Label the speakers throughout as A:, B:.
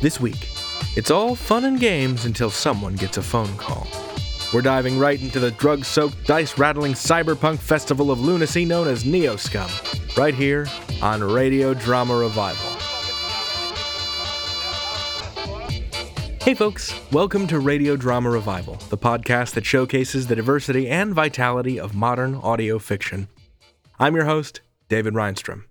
A: This week, it's all fun and games until someone gets a phone call. We're diving right into the drug soaked, dice rattling cyberpunk festival of lunacy known as Neo Scum, right here on Radio Drama Revival. Hey, folks, welcome to Radio Drama Revival, the podcast that showcases the diversity and vitality of modern audio fiction. I'm your host, David Reinstrom.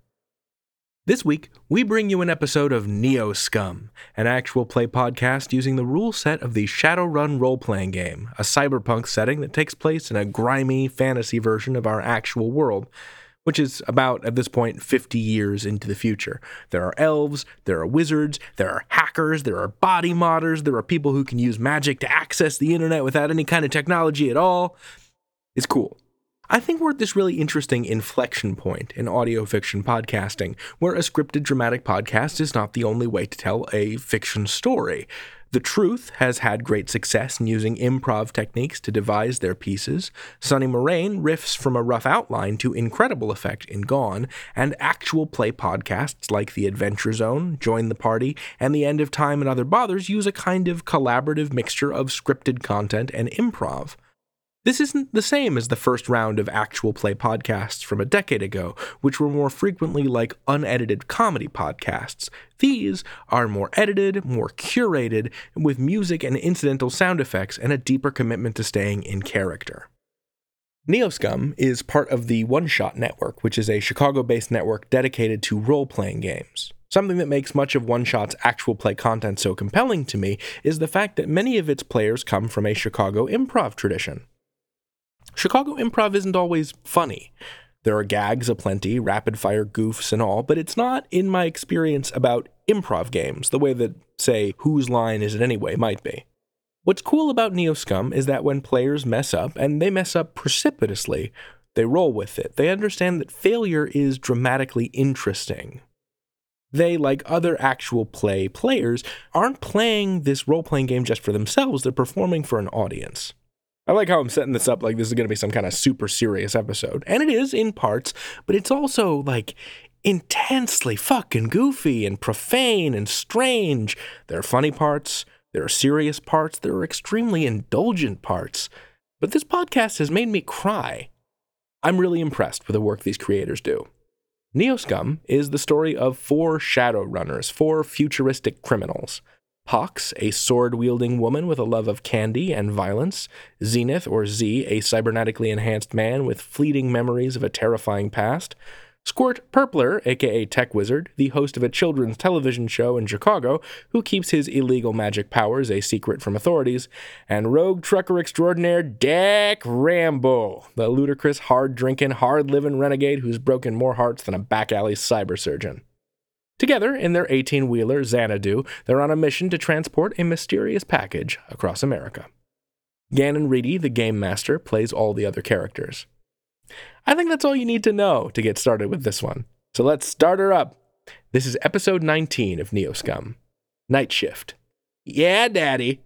A: This week, we bring you an episode of Neo Scum, an actual play podcast using the rule set of the Shadowrun role playing game, a cyberpunk setting that takes place in a grimy fantasy version of our actual world, which is about, at this point, 50 years into the future. There are elves, there are wizards, there are hackers, there are body modders, there are people who can use magic to access the internet without any kind of technology at all. It's cool. I think we're at this really interesting inflection point in audio fiction podcasting, where a scripted dramatic podcast is not the only way to tell a fiction story. The Truth has had great success in using improv techniques to devise their pieces. Sonny Moraine riffs from a rough outline to incredible effect in Gone, and actual play podcasts like The Adventure Zone, Join the Party, and The End of Time and Other Bothers use a kind of collaborative mixture of scripted content and improv. This isn't the same as the first round of actual play podcasts from a decade ago, which were more frequently like unedited comedy podcasts. These are more edited, more curated, with music and incidental sound effects and a deeper commitment to staying in character. Neoscum is part of the One Shot Network, which is a Chicago based network dedicated to role playing games. Something that makes much of One Shot's actual play content so compelling to me is the fact that many of its players come from a Chicago improv tradition. Chicago improv isn't always funny. There are gags aplenty, rapid fire goofs and all, but it's not, in my experience, about improv games the way that, say, Whose Line Is It Anyway might be. What's cool about Neoscum is that when players mess up, and they mess up precipitously, they roll with it. They understand that failure is dramatically interesting. They, like other actual play players, aren't playing this role playing game just for themselves, they're performing for an audience. I like how I'm setting this up like this is going to be some kind of super serious episode. And it is in parts, but it's also like intensely fucking goofy and profane and strange. There are funny parts, there are serious parts, there are extremely indulgent parts. But this podcast has made me cry. I'm really impressed with the work these creators do. Neoscum is the story of four shadow runners, four futuristic criminals. Hawks, a sword wielding woman with a love of candy and violence. Zenith, or Z, a cybernetically enhanced man with fleeting memories of a terrifying past. Squirt Purpler, aka Tech Wizard, the host of a children's television show in Chicago, who keeps his illegal magic powers a secret from authorities, and rogue trucker extraordinaire Dak Rambo, the ludicrous, hard drinking, hard living renegade who's broken more hearts than a back alley cyber surgeon. Together, in their 18 wheeler Xanadu, they're on a mission to transport a mysterious package across America. Gannon Reedy, the game master, plays all the other characters. I think that's all you need to know to get started with this one. So let's start her up. This is episode 19 of Neoscum Night Shift. Yeah, Daddy.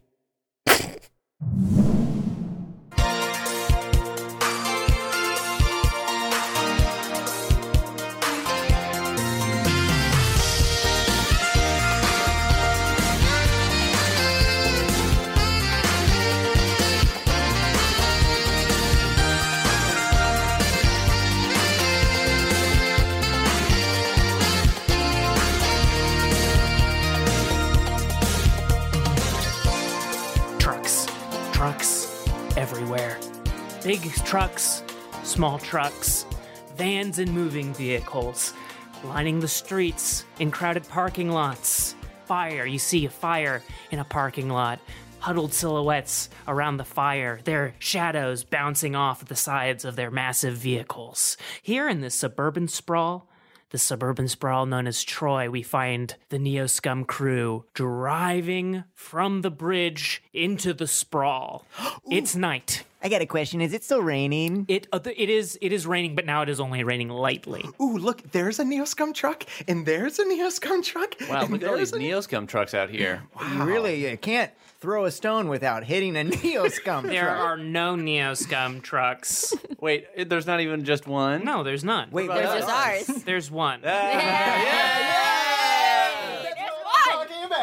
B: trucks, trucks everywhere. Big trucks, small trucks, vans and moving vehicles, lining the streets in crowded parking lots. Fire, you see a fire in a parking lot. Huddled silhouettes around the fire, their shadows bouncing off the sides of their massive vehicles. Here in this suburban sprawl, the suburban sprawl known as Troy, we find the Neo Scum crew driving from the bridge into the sprawl. it's night.
C: I got a question. Is it still raining?
B: It uh, th- it is it is raining, but now it is only raining lightly.
D: Ooh, look, there's a Neoscum truck, and there's a Neoscum truck.
E: Wow,
D: and
E: look at all
D: there's
E: these Neoscum trucks out here.
C: You really uh, can't throw a stone without hitting a neo scum.
B: There
C: truck.
B: are no Neo Scum trucks.
E: Wait, it- there's not even just one.
B: No, there's none.
C: Wait,
E: What about
C: there's
F: There's ours.
G: Uh,
B: there's one.
E: Ah,
F: Yeah.
E: yeah, yeah.
F: There's one.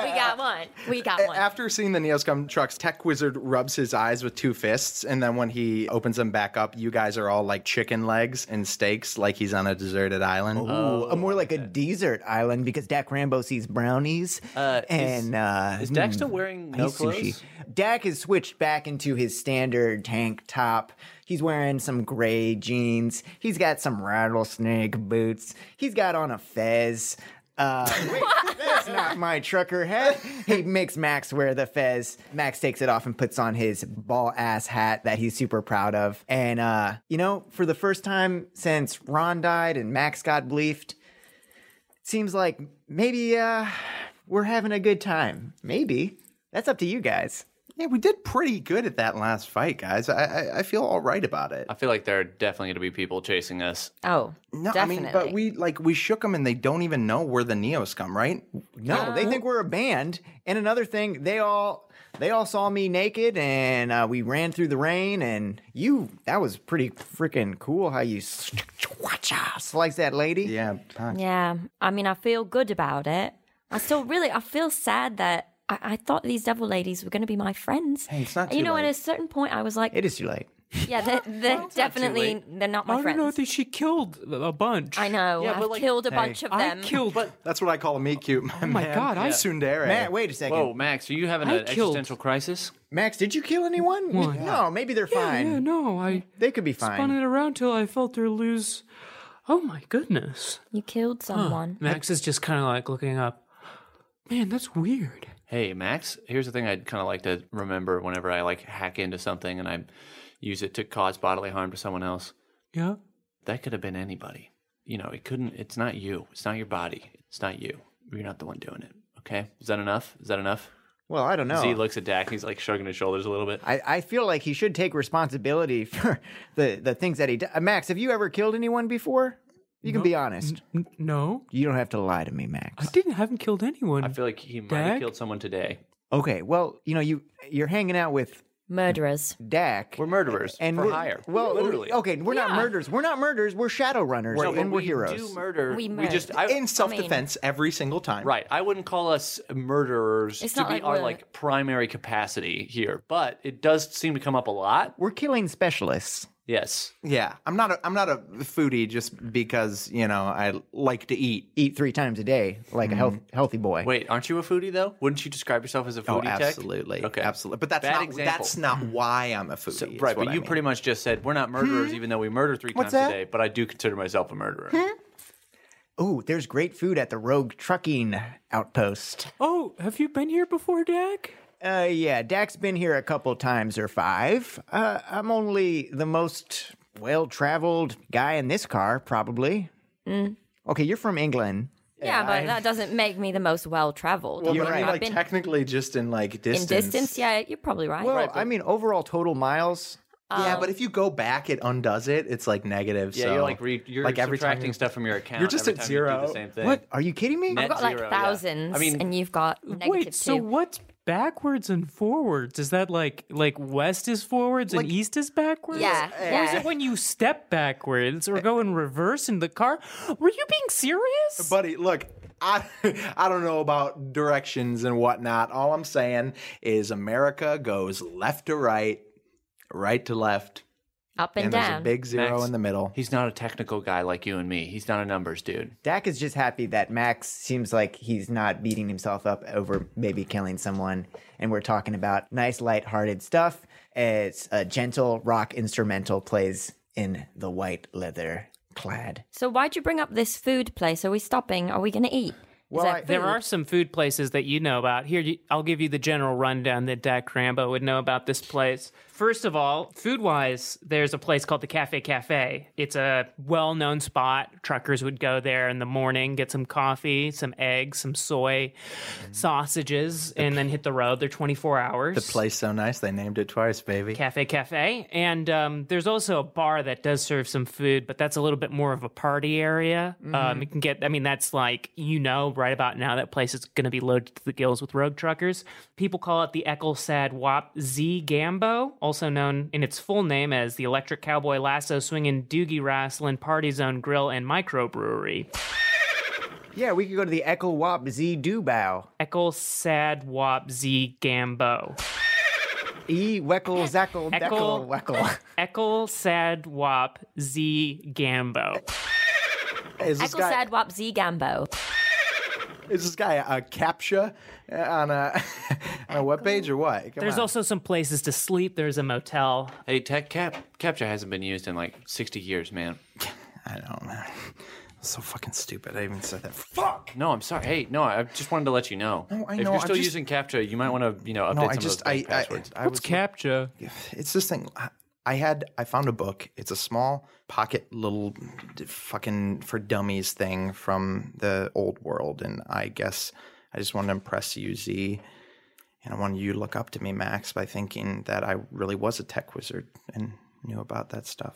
F: We got one. We got one.
D: After seeing the Neoscum trucks, Tech Wizard rubs his eyes with two fists, and then when he opens them back up, you guys are all like chicken legs and steaks, like he's on a deserted island.
C: Ooh, uh, more
E: Oh,
C: like a desert island because Dak Rambo sees brownies.
E: Uh, is-
C: and uh,
E: Is Dak
G: Hmm.
E: still wearing no
C: he's sushi.
E: clothes?
C: Dak is switched back into his standard tank top. He's wearing some gray jeans. He's got some rattlesnake boots. He's got on a fez. Uh, wait, that's not my trucker hat. He makes Max wear the fez. Max takes it off and puts on his ball ass hat that he's super proud of. And, uh, you know, for the first time since Ron died and Max got bleefed, seems like maybe uh, we're having a good time. Maybe. That's up to you guys.
D: Yeah, we did pretty good at that last fight, guys. I I, I feel all right about it.
E: I feel like there are definitely going to be people chasing us.
F: oh,
D: No,
F: definitely.
D: I mean, but we like we shook them, and they don't even know we're the Neoscum, right?
C: No, they think we're a band. And another thing, they all they all saw me naked, and uh, we ran through the rain. And you, that was pretty freaking cool how you s- slice that lady.
D: Yeah. huh.
F: Yeah, I mean, I feel good about it. I still really, I feel sad that I, I thought these devil ladies were going to be my friends.
D: Hey, it's not
F: you
D: too
F: know, at
D: late.
F: a certain point, I was like,
C: It is too late.
F: yeah, they're, they're definitely, they're not my
G: I don't
F: friends.
G: know that she killed a bunch.
F: I know.
E: Yeah, but,
F: I've
E: like-
F: killed a bunch of
G: I
F: them.
G: killed.
D: That's what I call a meat cute. My oh
G: my God, I-
D: tsundere.
C: Matt, wait a second.
E: Whoa, Max, are you having
G: I
E: an
G: killed-
E: existential crisis?
C: Max, did you kill anyone? No, maybe they're
G: yeah,
C: fine.
G: yeah, no, I
C: They could be
G: spun
C: fine.
G: it around till I felt her lose. Oh my goodness!
F: you killed someone.
B: Max is just kind of like looking up.
G: Man, that's weird.
E: Hey, Max, here's the thing I'd kind of like to remember whenever I like hack into something and I use it to cause bodily harm to someone else.
G: Yeah.
E: That could have been anybody. You know, it couldn't, it's not you. It's not your body. It's not you. You're not the one doing it. Okay? Is that enough? Is that enough?
C: Well, I don't know.
E: Z looks at Dak and he's like shrugging his shoulders a little bit.
C: I, I feel like he should take responsibility for the, the things that he did. Max, have you ever killed anyone before? You can be honest.
G: N- no,
C: You don't have to lie to me,
G: I
C: Max.
G: didn't. Haven't killed anyone.
E: I feel like he might have
G: Dak?
E: killed someone today.
C: Okay, well, you know, you you're hanging out with
F: Murderers.
C: Dak.
E: We're murderers
C: and
E: for
C: we're-
E: hire.
C: Well,
E: literally.
C: Okay, we're not murderers. We're not murderers. We're shadow runners,
E: No, but
C: and we're
E: we do
C: heroes.
E: murder.
F: We
E: We,
F: murder.
E: just I,
D: in self defense every single time.
E: right. I wouldn't call us murderers
F: It's
E: to
F: not
E: be
F: like
E: our
F: we're-
E: like primary capacity here, but it does seem to come up a lot.
C: we're killing specialists.
E: Yes.
D: Yeah. I'm not a I'm not a foodie just because you know I like to eat.
C: Eat three times a day,
G: Mm-hmm.
C: like a health, healthy boy.
E: Wait, aren't you a foodie though? Wouldn't you describe yourself as a
D: Oh,
E: foodie? tech?
D: absolutely.
E: Okay.
D: Absolutely. But that's
E: Bad
D: not
E: example.
D: that's not why I'm a foodie.
E: So-
D: is
E: right,
D: what
E: but
D: I
E: you
D: mean.
E: pretty much just said we're not
F: Hmm?
E: murderers, even though we murder three
C: What's
E: times
C: that?
E: a day. But I do consider myself a murderer.
C: Ooh, there's great food at the Rogue Trucking Outpost.
G: oh, have you been here before, Dak?
C: Uh, yeah, Dak's been here a couple times or five. Uh, I'm only the most well traveled guy in this car, probably.
F: Mm.
C: Okay, you're from England.
F: Yeah, but that doesn't make me the most well traveled.
D: Well, but I mean,
F: I've
D: like
F: been
D: technically just in like
F: in
D: distance.
F: distance. Yeah, you're probably right.
C: Well, I mean, overall total miles.
D: Yeah,
F: Um,
D: but if you go back, it undoes it. It's like negative.
E: Yeah,
D: so
E: you're like re- you're
D: like every time
E: subtracting
D: you-
E: stuff from your account.
D: You're just
E: every
D: at
E: time you do
D: zero.
E: the same thing.
C: What? Are you kidding me?
E: Net
F: I've got like
E: zero, yeah.
F: thousands,
E: I mean,
F: and you've got negative
G: Wait. So
F: two.
G: what's backwards and forwards? Is that like like west is forwards and east is backwards?
F: Yeah,
G: Or is
F: yeah.
G: it when you step backwards or go in reverse in the car? Were you being serious?
D: buddy, look, I I don't know about directions and whatnot. All I'm saying is America goes left to right, right to left,
F: Up and,
D: and there's
F: down.
D: a big zero
E: Max.
D: in the middle.
E: He's not a technical guy like you and me. He's not a numbers dude.
C: Dak is just happy that Max seems like he's not beating himself up over maybe killing someone. And we're talking about nice, lighthearted stuff. It's a gentle rock instrumental plays in the white leather clad.
F: so why'd you bring up this food place? Are we stopping? Are we going to eat? Well,
C: I-
G: There are some food places that you know about. Here, you- I'll give you the general rundown that Dak Rambo would know about this place. First of all, food wise, there's a place called the Cafe Cafe. It's a well known spot. Truckers would go there in the morning, get some coffee, some eggs, some soy, sausages, and then hit the road. They're 24 hours.
D: The place so nice they named it twice, baby.
G: Cafe Cafe. And um, there's also a bar that does serve some food, but that's a little bit more of a party area. Um, you can get, I mean, that's like, you know, right about now, that place is going to be loaded to the gills with rogue truckers. People call it the Ecclesad Wop Z Gambo, also known in its full name as the Electric Cowboy Lasso Swinging Doogie Wrestling Party Zone Grill and Microbrewery.
C: Yeah, we could go to the Echo Wop Z Dubao.
G: Eckle Sad Wop Z Gambo.
C: E Weckle Zackle
G: Echo-
C: Deckle Weckle.
G: Eckle Sad Wop Z Gambo.
D: Is this
F: Echo
D: guy
F: Sad Wop Z Gambo.
D: is this guy a captcha on a on a webpage or what? Come
G: There's
D: on.
G: also some places to sleep. There's a motel.
E: Hey, tech cap capture hasn't been used in like 60 years, man.
D: I don't know. So fucking stupid. I even said that. Fuck.
E: No, I'm sorry. Hey, no, I just wanted to let you know.
D: No, I
E: if
D: know,
E: you're
D: I'm
E: still
D: just-
E: using capture, you might want to, you know, update
D: No,
E: some
D: I
E: of those
D: just I, I,
E: passwords.
D: I was
G: capture?
D: it's this thing. I- I had I found a book. It's a small pocket little d- fucking for dummies thing from the old world, and I guess I just wanted to impress you, Z, and I wanted you to look up to me, Max, by thinking that I really was a tech wizard and knew about that stuff.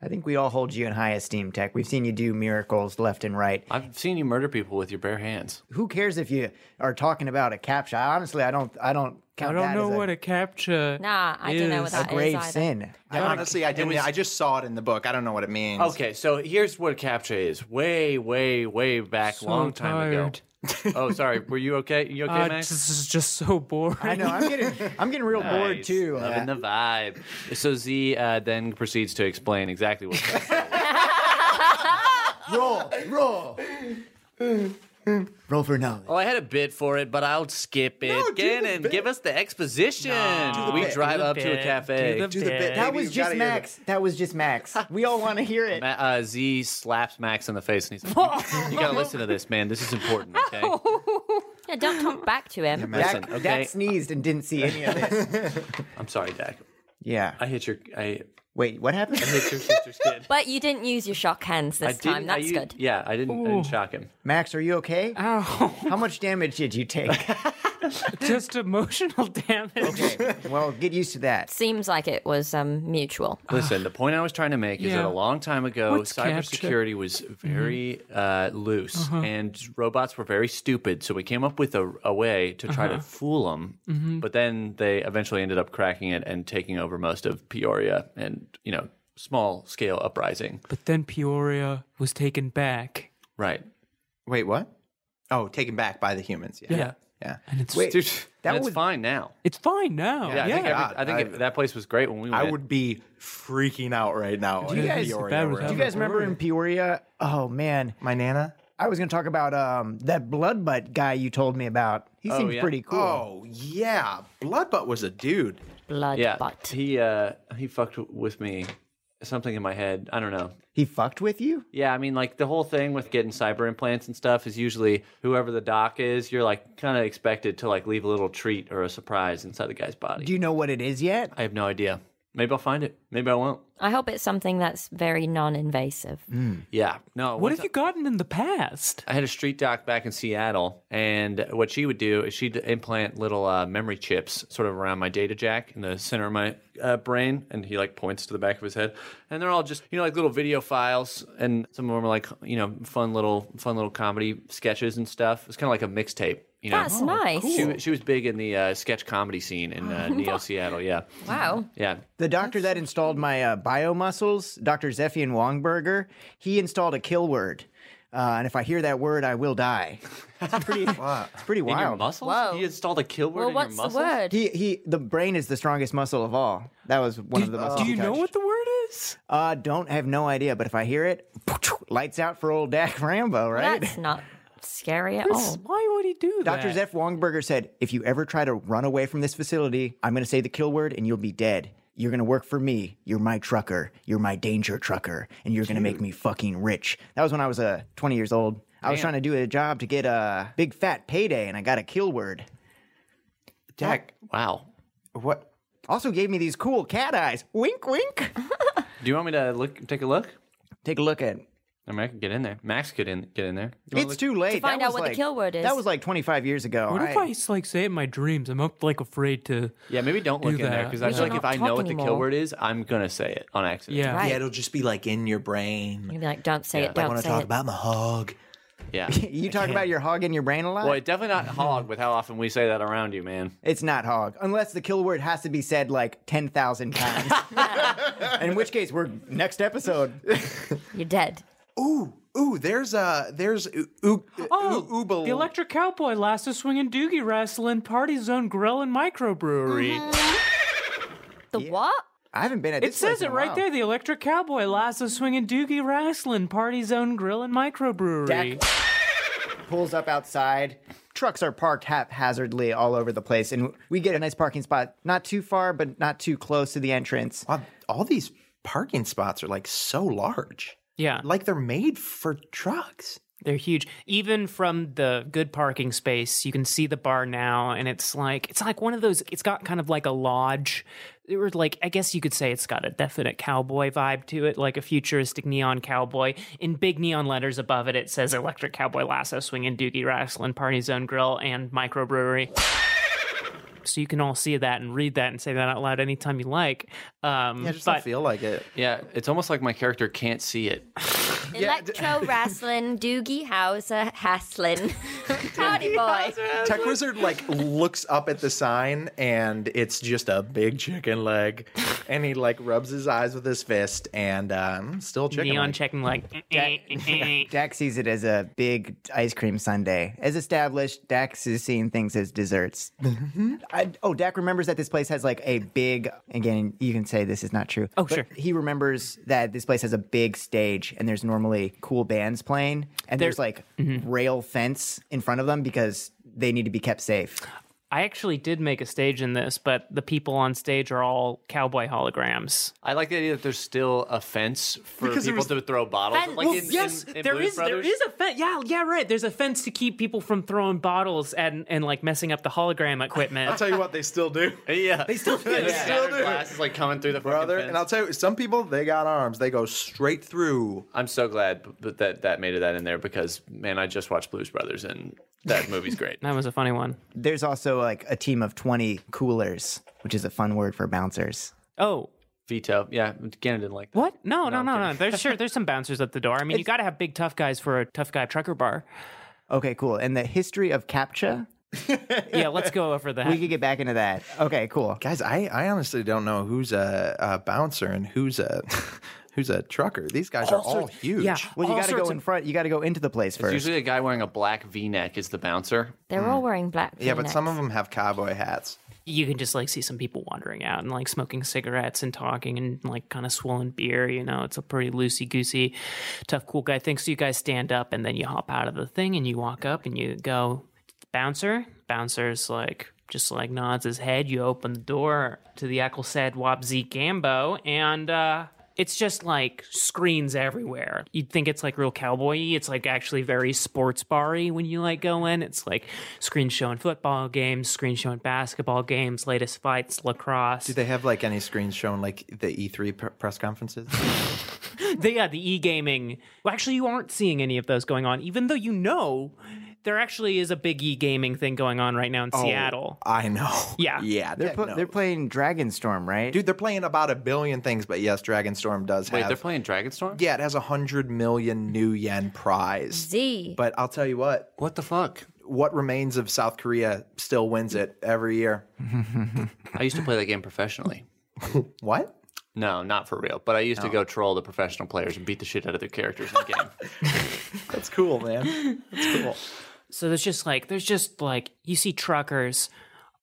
C: I think we all hold you in high esteem, Tech. We've seen you do miracles left and right.
E: I've seen you murder people with your bare hands.
C: Who cares if you are talking about a captcha? I honestly, I don't. I don't count that as a,
G: a capture.
F: Nah, I don't know what that is
C: grave
F: either.
C: sin.
D: I honestly, I didn't. I just saw it in the book. I don't know what it means.
E: Okay, so here's what capture is. Way, way, way back, long time ago. oh, sorry. Were you okay? You okay,
G: Uh,
E: Max?
G: this is just so boring.
C: I know. I'm getting. I'm getting real bored
E: Nice.
C: too. Uh,
E: Loving the vibe. So Z uh, then proceeds to explain exactly what.
C: roll, roll, roll for knowledge.
E: oh, I had a bit for it, but I'll skip it.
D: do
E: Get
D: the
E: in,
D: bit.
E: give us the exposition. we
D: bit.
E: drive
G: Do the
E: up to a
G: bit.
E: cafe.
G: Do the
D: Do the bit.
G: bit.
D: Maybe
C: That
D: you
C: was
D: gotta
C: just
D: hear the-
C: Max. That was just Max. We all want to hear it.
E: Ma- uh, Z slaps Max in the face, and he's like, "You gotta listen to this, man. This is important, okay?
F: Yeah, don't talk back to him.
C: Dak,
E: Listen, okay.
C: Dak sneezed and didn't see any of this.
E: I'm sorry, Dak.
C: Yeah.
E: I hit your, I
C: Wait, what happened?
E: hit your sister's kid.
F: But you didn't use your shock hands
E: I
F: this time.
E: I
F: That's
E: u-
F: good.
E: Yeah, I didn't, I didn't shock him.
C: Max, are you okay? How much damage did you take?
G: just emotional damage.
C: well, get used to that.
F: Seems like it was um, mutual.
E: Listen, the point I was trying to make is that
G: Yeah.
E: a long time ago,
G: What's
E: cybersecurity was very uh, loose and robots were very stupid. So we came up with a, a way to try to fool them. But then they eventually ended up cracking it and taking over most of Peoria and, you know, small scale uprising.
G: But then Peoria was taken back.
E: Right.
D: Wait, what? Oh, taken back by the humans. Yeah.
G: Yeah.
D: Yeah.
G: And it's
C: Wait,
E: That
C: that
E: it's
C: was
E: fine now.
G: it's fine now.
E: Yeah,
G: Yeah.
E: I think, every, I think
D: I-
E: it- that place was great when we went.
D: I would be freaking out right now.
C: you
D: if
C: guys-
D: Peoria
G: Bad
D: were
G: with
D: in
G: that.
C: Do you guys remember in Peoria? Oh man,
D: My nana?
C: I was gonna talk about um that blood butt guy you told me about. He seems
E: yeah?
C: pretty cool.
D: Oh yeah, Bloodbutt was a dude.
F: Blood
E: yeah,
F: butt.
E: he uh, he fucked with me. Something in my head. I don't know.
C: He fucked with you?
E: Yeah, I mean, like the whole thing with getting cyber implants and stuff is usually whoever the doc is, you're like kind of expected to like leave a little treat or a surprise inside the guy's body.
C: Do you know what it is yet?
E: I have no idea. Maybe I'll find it. Maybe I won't.
F: I hope it's something that's very non-invasive.
E: Yeah. No.
G: What
E: once
G: have you gotten in the past?
E: I had a street doc back in Seattle, and what she would do is she'd implant little uh, memory chips sort of around my data jack in the center of my uh, brain, and he like points to the back of his head, and they're all just you know like little video files, and some of them are like you know fun little fun little comedy sketches and stuff. It's kind of like a mixtape, you know.
F: That's nice.
E: Oh, She, wa- she was big in the uh, sketch comedy scene in uh, Neo Seattle. Yeah,
F: Wow.
E: yeah.
C: The doctor that installed my uh, bio muscles, Dr. Zephian Wongberger, he installed a kill word. Uh, and if I hear that word, I will die. It's pretty, it's pretty
E: In your
C: wild.
E: muscles?
F: Whoa.
E: He installed a kill word
F: Well,
E: in
F: what's
E: your
F: the
E: muscles.
F: word?
C: He, he, the brain is the strongest muscle of all. That was one of the muscles.
G: Do
C: he
G: you know
C: touched.
G: what the word is?
C: Uh, don't have no idea, but if I hear it, lights out for old Dak Rambo, right?
F: That's not scary at
G: Chris,
F: all.
G: why would he do that?
C: Dr. Zeph Wongberger said, if you ever try to run away from this facility, I'm going to say the kill word and you'll be dead. You're going to work for me. You're my trucker. You're my danger trucker. And you're going to make me fucking rich. That was when I was uh, 20 years old. I was trying to do a job to get a big fat payday and I got a kill word.
D: Dak,
E: Wow.
D: what?
C: Also gave me these cool cat eyes. Wink, wink.
E: Do you want me to look? Take a look.
C: Take a look at
E: I mean, I can get in there. Max could in get in there.
C: It's too late. To
F: find out what the kill word is.
C: That was like 25 years ago.
G: What if
C: I-
G: I s- like say it in my dreams? I'm up like afraid to.
E: Yeah, maybe don't look in there
G: that.
E: because I
F: We
E: feel
F: should
E: like if
F: not
E: I know
F: talk
E: what the kill
F: anymore.
E: word is, I'm gonna say it on accident.
G: Yeah.
F: Right.
D: it'll just be like in your brain.
F: You'd be like, don't say it.
E: I
F: Don't say it.
D: about my hog.
E: yeah.
C: you talk about your hog in your brain a lot?
E: Well, it's definitely not hog with how often we say that around you, man.
C: It's not hog, unless the kill word has to be said like 10,000 times. In which case, we're next episode.
F: You're dead.
D: Ooh, ooh, there's a there's ooh, ooh,
G: Oh,
D: ooh, ooh,
G: the Electric Cowboy, Lasso Swinging Doogie Wrestling, Party Zone Grill and Microbrewery.
D: Mm-hmm.
F: The what?
C: I haven't been at
G: It
C: this place
G: says
C: in
G: it
C: a
G: right
C: while.
G: there. The Electric Cowboy, Lasso Swinging Doogie Wrestling, Party Zone Grill and Microbrewery.
C: Dak pulls up outside. Trucks are parked haphazardly all over the place, and we get a nice parking spot, not too far, but not too close to the entrance.
D: Wow, all these parking spots are like so large.
G: Yeah.
D: Like they're made for trucks.
G: They're huge. Even from the good parking space, you can see the bar now, and it's like it's like one of those. It's got kind of like a lodge. It was like I guess you could say it's got a definite cowboy vibe to it, like a futuristic neon cowboy. In big neon letters above it, it says "Electric Cowboy Lasso Swinging Doogie Wrestling Party Zone Grill and Microbrewery." So you can all see that and read that and say that out loud anytime you like. Um,
D: I just
G: but
D: don't feel like it.
E: Yeah, it's almost like my character can't see it.
F: Electro wrestling, Doogie Howser, Haslin, Howdy Boy.
D: Tech Wizard like looks up at the sign and it's just a big chicken leg, and he like rubs his eyes with his fist and um, still chicken.
G: neon
D: leg.
G: checking like. eh,
C: Dax sees it as a big ice cream sundae. As established, Dax is seeing things as desserts. I, oh, Dax remembers that this place has like a big, again, you can say this is not true. Oh,
G: sure.
C: He remembers that this place has a big stage and there's normally cool bands playing, and there's like rail fence in front of them because they need to be kept safe.
G: I actually did make a stage in this, but the people on stage are all cowboy holograms.
E: I like the idea that there's still a fence for
D: Because there
E: people
D: was-
E: to throw bottles.
F: Fence.
E: Like
F: Well,
E: in, in, in
G: there
E: Blues
G: is
E: Brothers.
G: there is a fence. Yeah, yeah, right. There's a fence to keep people from throwing bottles and and like messing up the hologram equipment.
D: Tell you what, they still do.
E: Yeah, they still do.
D: They still do.
E: Glass is like coming through the fucking
D: brother.
E: fence.
D: And I'll tell you, some people they got arms. They go straight through.
E: I'm so glad b- but that that made it that in there because man, I just watched Blues Brothers and that movie's great.
G: that was a funny one.
C: There's also like a team of 20 coolers, which is a fun word for bouncers.
G: Oh,
E: Veto, yeah, Gannon didn't like that.
G: what? No, no, no, no. There's sure there's some bouncers at the door. I mean, you got to have big tough guys for a tough guy trucker bar.
C: Okay, cool. And the history of CAPTCHA,
G: Yeah, let's go over that.
C: we could get back into that. Okay, cool.
D: Guys, I, I honestly don't know who's a, a bouncer and who's a who's a trucker. These guys are all huge.
G: yeah.
C: Well, you
G: all
C: got to
G: sorts
C: go
G: of-
C: in front. You got to go into the place first.
E: It's usually a guy wearing a black V-neck is the bouncer.
F: They're all wearing black.
D: Yeah, but some
F: V-necks.
D: of them have cowboy hats.
G: you can just like see some people wandering out and like smoking cigarettes and talking and like kind of swilling beer. You know, it's a pretty loosey goosey, tough, cool guy thing. So you guys stand up and then you hop out of the thing and you walk up and you go, bouncer. Bouncer's like, just like nods his head. You open the door to the Ecclesad Wabzi Gambo and, uh, it's just like screens everywhere. You'd think it's like real cowboy-y. It's like actually very sports bar-y when you like go in. It's like screen showing football games, screen showing basketball games, latest fights, lacrosse.
D: Do they have like any screens showing like the E3 pr- press conferences?
G: They- yeah, the e-gaming. Well, actually, you aren't seeing any of those going on, even though you know there actually is a big e-gaming thing going on right now
D: Oh,
G: in Seattle.
D: I know.
G: Yeah.
D: Yeah.
C: they're, pl- they're playing Dragonstorm, right?
D: Dude, they're playing about a billion things, but yes, Dragonstorm does
E: Wait,
D: have.
E: they're playing Dragonstorm.
D: yeah, it has a hundred million new yen prize.
F: Z.
D: But I'll tell you what,
E: What the fuck?
D: what remains of South Korea still wins it every year.
E: I used to play that game professionally.
D: What?
E: No, not for real. But I used to go troll the professional players and beat the shit out of their characters in the game.
D: That's cool, man. That's cool.
G: So there's just like there's just like you see truckers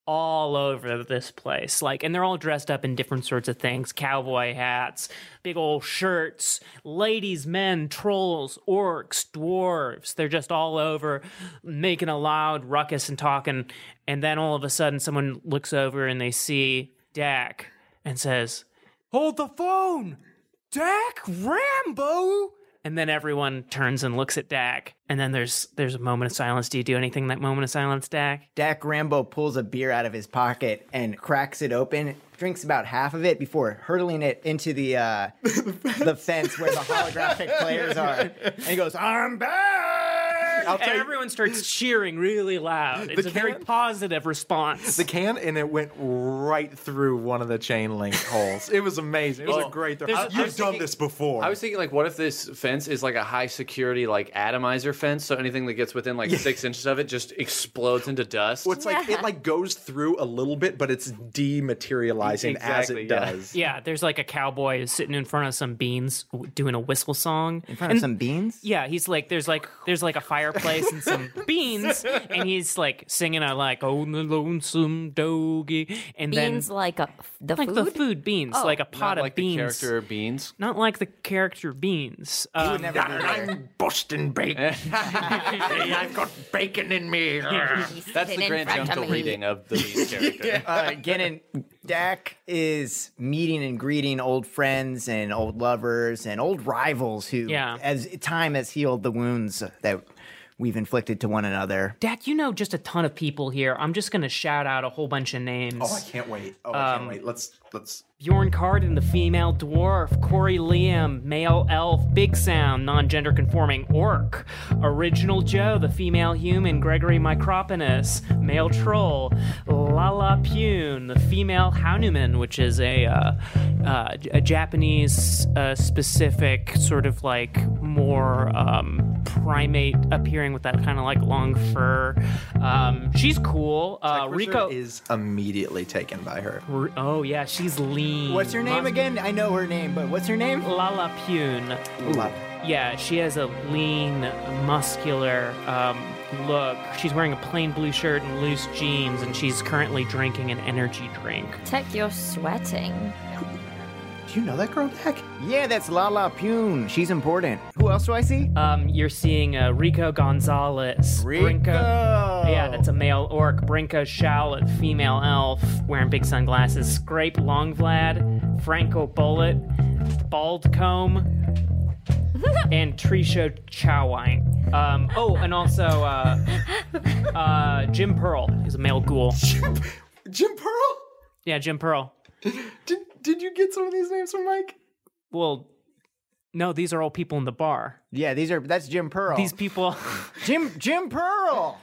G: all over this place like and they're all dressed up in different sorts of things cowboy hats big old shirts ladies men trolls orcs dwarves they're just all over making a loud ruckus and talking and then all of a sudden someone looks over and they see dak and says hold the phone Dak Rambo. And then everyone turns and looks at Dak. And then there's there's a moment of silence. Do you do anything in that moment of silence, Dak?
C: Dak Rambo pulls a beer out of his pocket and cracks it open, drinks about half of it before hurtling it into the uh, the fence where the holographic players are. And he goes, "I'm back."
D: I'll tell
G: and
D: you-
G: everyone starts cheering really loud. It's a very
D: can-
G: positive response.
D: the can and it went right through one of the chain link holes. It was amazing. It was a great throw.
E: there's- I
D: You've
E: was
D: done
E: thinking-
D: this before.
E: I was thinking, like, what if this fence is like a high security, like atomizer fence? So anything that gets within like six inches of it just explodes into dust.
D: Well, it's like it like goes through a little bit, but it's dematerializing
E: Exactly,
D: as it
E: yeah.
D: does.
G: yeah, there's like a cowboy who's sitting in front of some beans w- doing a whistle song.
C: in front of some beans.
G: Yeah, he's like there's like there's like a fireplace and some beans, and he's like singing a like oh the lonesome doggy, and
F: Beans
G: then
F: like a, the
G: like
F: food. Oh.
G: the food beans, like a pot
E: Not
G: of
E: like
G: beans,
E: the character of beans.
G: not like the character beans. Um,
C: would never do that.
D: I'm Boston bacon. I've got bacon in me.
E: That's the grand jungle reading of the beans character.
C: uh, Genin, Dak is meeting and greeting old friends and old lovers and old rivals who,
G: Yeah.
C: as time has healed the wounds that we've inflicted to one another.
G: Dak, you know just a ton of people here. I'm just gonna shout out a whole bunch of names.
D: Oh, I can't wait. Oh, I
E: Um,
D: can't wait. Let's let's.
G: Bjorn Carden, the female dwarf, Corey Liam, male elf, Big Sound, non gender conforming orc, Original Joe, the female human, Gregory Microponus, male troll, Lala Pune, the female Hanuman, which is a, uh, uh, a Japanese uh, specific sort of like more um, primate appearing with that kind of like long fur. Um, she's cool. Uh, Rico.
D: is immediately taken by her.
G: R- Oh yeah, she's lean.
C: What's her name
G: Must-
C: again? I know her name, but what's her name?
G: Lala Pune.
D: Love.
G: Yeah, she has a lean, muscular um, look. She's wearing a plain blue shirt and loose jeans, and she's currently drinking an energy drink.
F: Tech, you're sweating.
D: Do you know that girl, Dak?
C: Yeah, that's Lala Pune. She's important. Who else do I see?
G: Um, you're seeing uh, Rico Gonzalez. Yeah, that's a male orc. Brinko Shalit, female elf, wearing big sunglasses. Scrape Longvlad, Franco Bullet, Bald Comb, and Trisha Chowine. Um, oh, and also uh, uh, Jim Pearl is a male ghoul.
D: Jim, Jim Pearl.
G: Yeah, Jim Pearl.
D: Did did you get some of these names from Mike?
G: Well, no, these are all people in the bar.
C: Yeah, these are that's Jim Pearl.
G: These people.
C: Jim Jim Pearl.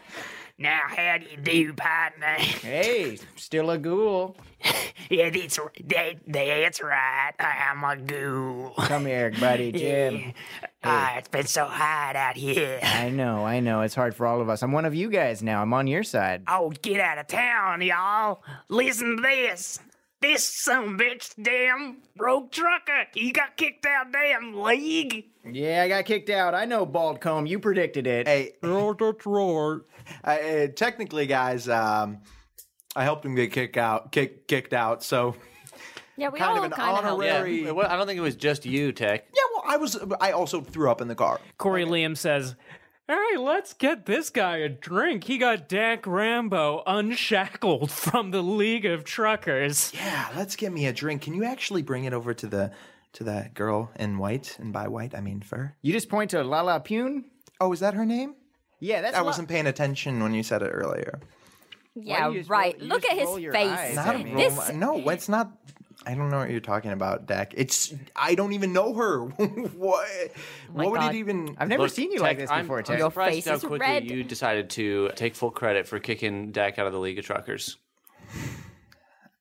G: now, how do you do, partner?
C: Hey, still a ghoul.
G: yeah, that's, that, that's right. I'm a ghoul.
C: Come here, buddy, Jim.
G: Ah, it's been so hot out here.
C: I know, I know. It's hard for all of us. I'm one of you guys now. I'm on your side.
G: Oh, get out of town, y'all. Listen to this. This son bitch, damn rogue trucker. He got kicked out, damn league.
C: Yeah, I got kicked out. I know, bald comb. You predicted it.
D: Hey, I, uh, technically, guys, um, I helped him get kicked out. Kick, kicked out. So
F: Yeah, we
D: Kind of
F: all
D: an
F: kind of help.
D: honorary-
E: Yeah.
D: Very-
E: It wa- I don't think it was just you, Tech.
D: yeah, well, I was. I also threw up in the car.
G: Corey Liam says, all right, let's get this guy a drink. He got Dak Rambo unshackled from the League of Truckers.
D: Yeah, let's get me a drink. Can you actually bring it over to the to that girl in white? And by white, I mean fur.
C: You just point to Lala Pune?
D: Oh, is that her name?
C: Yeah, that's
D: I
C: La-
D: wasn't paying attention when you said it earlier.
F: Yeah,
C: you just
F: right.
C: roll- you
F: Look
C: just
F: at his
C: roll your eyes
F: face.
C: at
D: Not
C: me.
F: this
D: no, it's not. I don't know what you're talking about, Dak. It's I don't even know her. what? what would
F: God.
D: it even?
C: I've never seen you like this
E: I'm-
C: before,
E: I'm,
C: Tech.
E: surprised
F: face
E: how
F: is
E: quickly
F: red.
E: you decided to take full credit for kicking Dak out of the League of Truckers.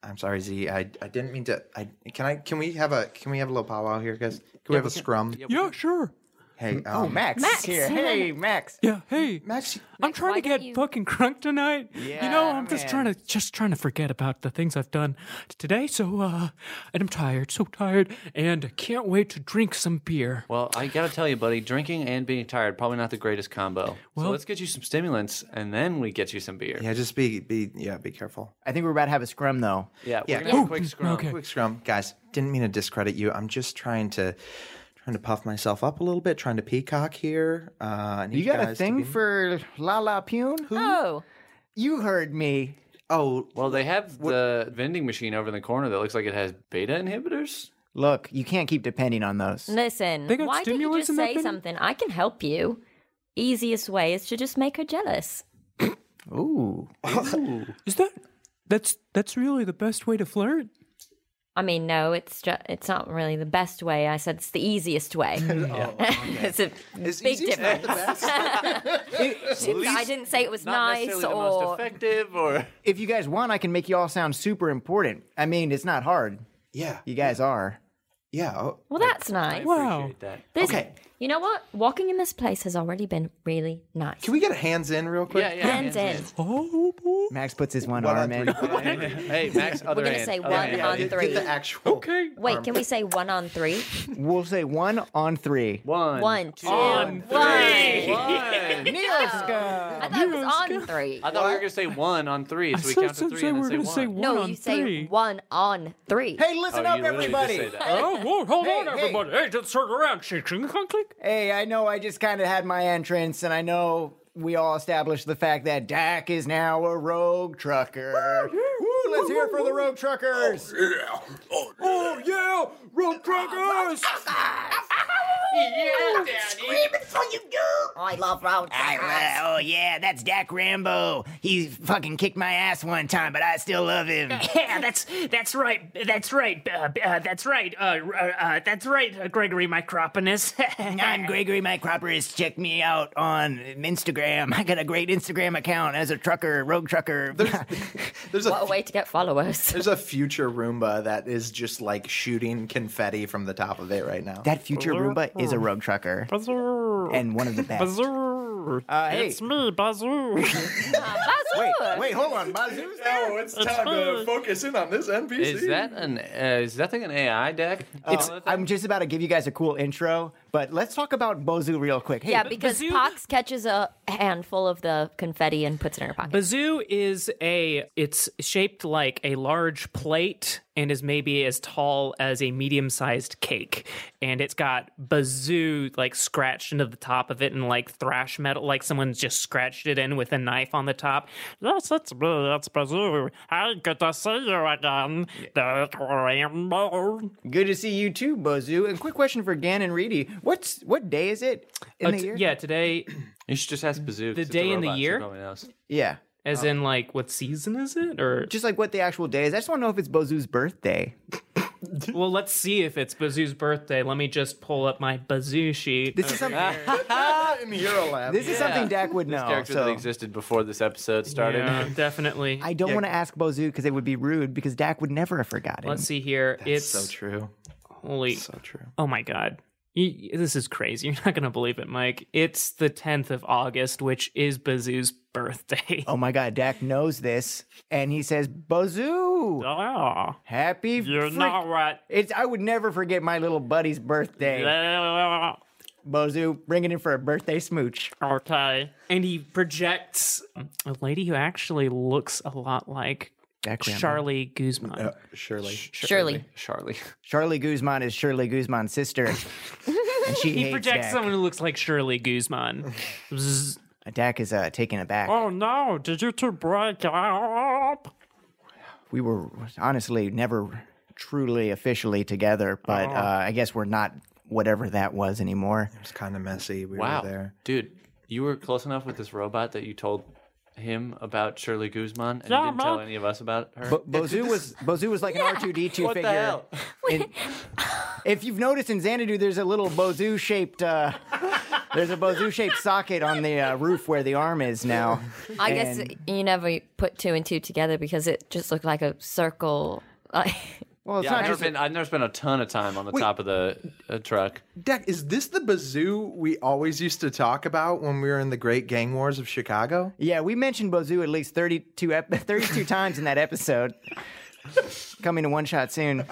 D: I'm sorry, Z. I, I didn't mean to. I can I can we have a can we have a little powwow here, guys? Can we have a scrum?
A: Yeah, sure.
D: Hey, um,
C: Oh, Max,
F: Max.
C: is here. Hey, Max.
A: Yeah, hey.
D: Max,
G: I'm trying to
F: why
G: get
F: don't you-
G: fucking crunk tonight. you know,
C: Yeah,
G: I'm just
C: man.
G: trying to just trying to forget about the things I've done today. So, uh, and I'm tired, so tired, and I can't wait to drink some beer.
E: Well, I gotta tell you, buddy, drinking and being tired probably not the greatest combo. so let's get you some stimulants, and then we get you some beer.
D: yeah, just be be yeah, be careful.
C: I think we're about to have a scrum, though.
E: yeah.
D: Yeah.
E: We're gonna have a quick scrum.
G: okay.
D: Quick scrum, guys. Didn't mean to discredit you. I'm just trying to trying to puff myself up a little bit, trying to peacock here. Uh, I need
C: You got a
D: guys to
C: thing
D: be-
C: for Lala Pune?
F: Oh,
C: You heard me.
D: Oh,
E: Well, they have the vending machine over in the corner that looks like it has beta inhibitors.
C: Look, you can't keep depending on those.
F: listen.
G: They got
F: Why don't you
G: stimulants
F: just
G: in that
F: say
G: thing?
F: something? I can help you. Easiest way is to just make her jealous.
C: Ooh.
G: Is that that's that's really the best way to flirt?
F: I mean, no, it's just, it's not really the best way. I said it's the easiest way. it's a
D: Is
F: big
D: easiest not
F: difference.
D: the best?
F: I didn't say it was
E: Not
F: nice
E: necessarily the most
F: or
E: effective or
C: If you guys want, I can make you all sound super important. I mean, it's not hard.
D: yeah.
C: You guys are.
D: Yeah. oh,
F: well, that's nice.
E: appreciate that.
F: This-
D: Okay.
F: You know what? Walking in this place has already been really nice.
D: Can we get hands in real quick?
E: Yeah, yeah.
F: Hands in.
C: Max puts his one
D: One on
C: arm in.
D: three.
E: Hey, Max, other
F: gonna
E: hand,
F: say
E: other
F: one
E: hand.
F: on
D: Get-
F: three.
D: Get the actual. Okay.
F: Wait,
E: Um,
F: can we say one on three?
C: We'll say one on three.
E: One,
F: One, two,
E: on
F: one.
E: three. One.
F: I thought it was on three.
E: I thought we were gonna say one on three, so we count to three and then say one.
F: No, you say one on three.
C: Hey, listen
E: Oh,
C: up,
E: you literally just
C: everybody. Oh,
E: say that.
G: whoa, hold
C: Hey,
G: on,
C: hey.
G: everybody. Hey, just circle around. Shing, shing, clunk, clink.
C: Hey, I know I just kind of had my entrance, and I know we all established the fact that Dak is now a rogue trucker. Woo, let's hear it for the rogue truckers.
A: Oh yeah,
C: Ah,
A: road truckers!
F: I love road
C: oh yeah, that's Dak Rambo. He fucking kicked my ass one time, but I still love him.
G: Yeah, that's that's right. That's right. Uh, uh, that's right. Uh, uh, uh, that's right, uh, Gregory Microponus.
C: I'm Gregory Micropolis. Check me out on Instagram. I got a great Instagram account as a trucker, rogue trucker.
D: There's a
F: What a way to get followers.
D: there's a future Roomba that is just like shooting confetti from the top of it right now.
C: that future Roomba is a rogue trucker
G: Bazoo.
C: and one of the best.
G: Bazoo.
C: Uh, hey.
G: It's me, Bazoo.
C: Wait, wait, hold on, Bazoo's there.
D: it's time to focus in on this NPC.
E: Is that an uh, is that thing an AI deck?
C: It's, I'm just about to give you guys a cool intro, but let's talk about Bozu real quick. Hey,
F: yeah, because
G: Bazoo-
F: Pox catches a handful of the confetti and puts it in her pocket.
G: Bazoo is a it's shaped like a large plate and is maybe as tall as a medium-sized cake and it's got bazoo like scratched into the top of it and like thrash metal like someone's just scratched it in with a knife on the top that's that's that's bazoo i good to see you again That's Rambo.
C: good to see you too, Bozu. And quick question for Gan and Reedy: What's what day is it in
G: Uh,
C: the
G: t-
C: year?
G: yeah today
E: you should just ask Bazoo. 'cause it's a
G: day and the
E: robot, so
G: year?
E: probably knows.
C: yeah.
G: as in like what season is it or
C: Just like what the actual day is. I just want to know if it's Bozu's birthday.
G: well let's see if it's bazoo's birthday let me just pull up my bazoo sheet
C: This is something.
D: in Hero Lab?
C: This is something Dak would know.
E: Character that
C: Oh, So
E: existed before this episode started.
G: Yeah, definitely.
C: I don't want to ask Bozu because it would be rude because Dak would never have forgotten.
G: Let's see here. it's
D: so true.
G: holy.
D: So true.
G: oh my god. You, this is crazy. You're not going to believe it, Mike. It's the 10th of August, which is Bazoo's birthday.
C: Oh my God, Dak knows this, and he says, "Bozu,
G: Oh,
C: happy."
G: you're
C: frick-
G: not right.
C: It's. I would never forget my little buddy's birthday. Bozu, bring it in for a birthday smooch.
G: Okay. And he projects a lady who actually looks a lot like
C: Dak Rambo.
G: Charlie Guzman.
D: Oh, Surely.
F: Surely.
E: Charlie.
C: Charlie Guzman is Shirley Guzman's sister. and she
G: he
C: hates
G: projects
C: Dak.
G: someone who looks like Shirley Guzman. Zzz.
C: Dak is uh, taken aback.
G: oh no, did you two break up?
C: We were honestly never truly officially together, but
G: Oh.
C: uh, I guess we're not whatever that was anymore.
D: It's kind of messy. We
E: Wow,
D: were there.
E: dude, you were close enough with this robot that you told him about Shirley Guzman and you
G: Yeah,
E: didn't tell
G: man.
E: any of us about her.
C: Bo- Bozu was Bozu was like an R two D two
E: what
C: figure.
E: the hell?
C: In- if you've noticed in Xanadu, there's a little Bozu shaped. Uh, there's a Bozu shaped socket on the uh, roof where the arm is now.
F: I guess
C: And-
F: you never put two and two together because it just looked like a circle.
C: Well, it's
E: Yeah,
C: not
E: I've, never
C: just
E: been, I've never spent a ton of time on the top of the uh, truck.
D: Dak, is this the bazoo we always used to talk about when we were in the Great Gang Wars of Chicago?
C: Yeah, we mentioned Bozu at least 32, ep- 32 times in that episode. Coming to one shot soon.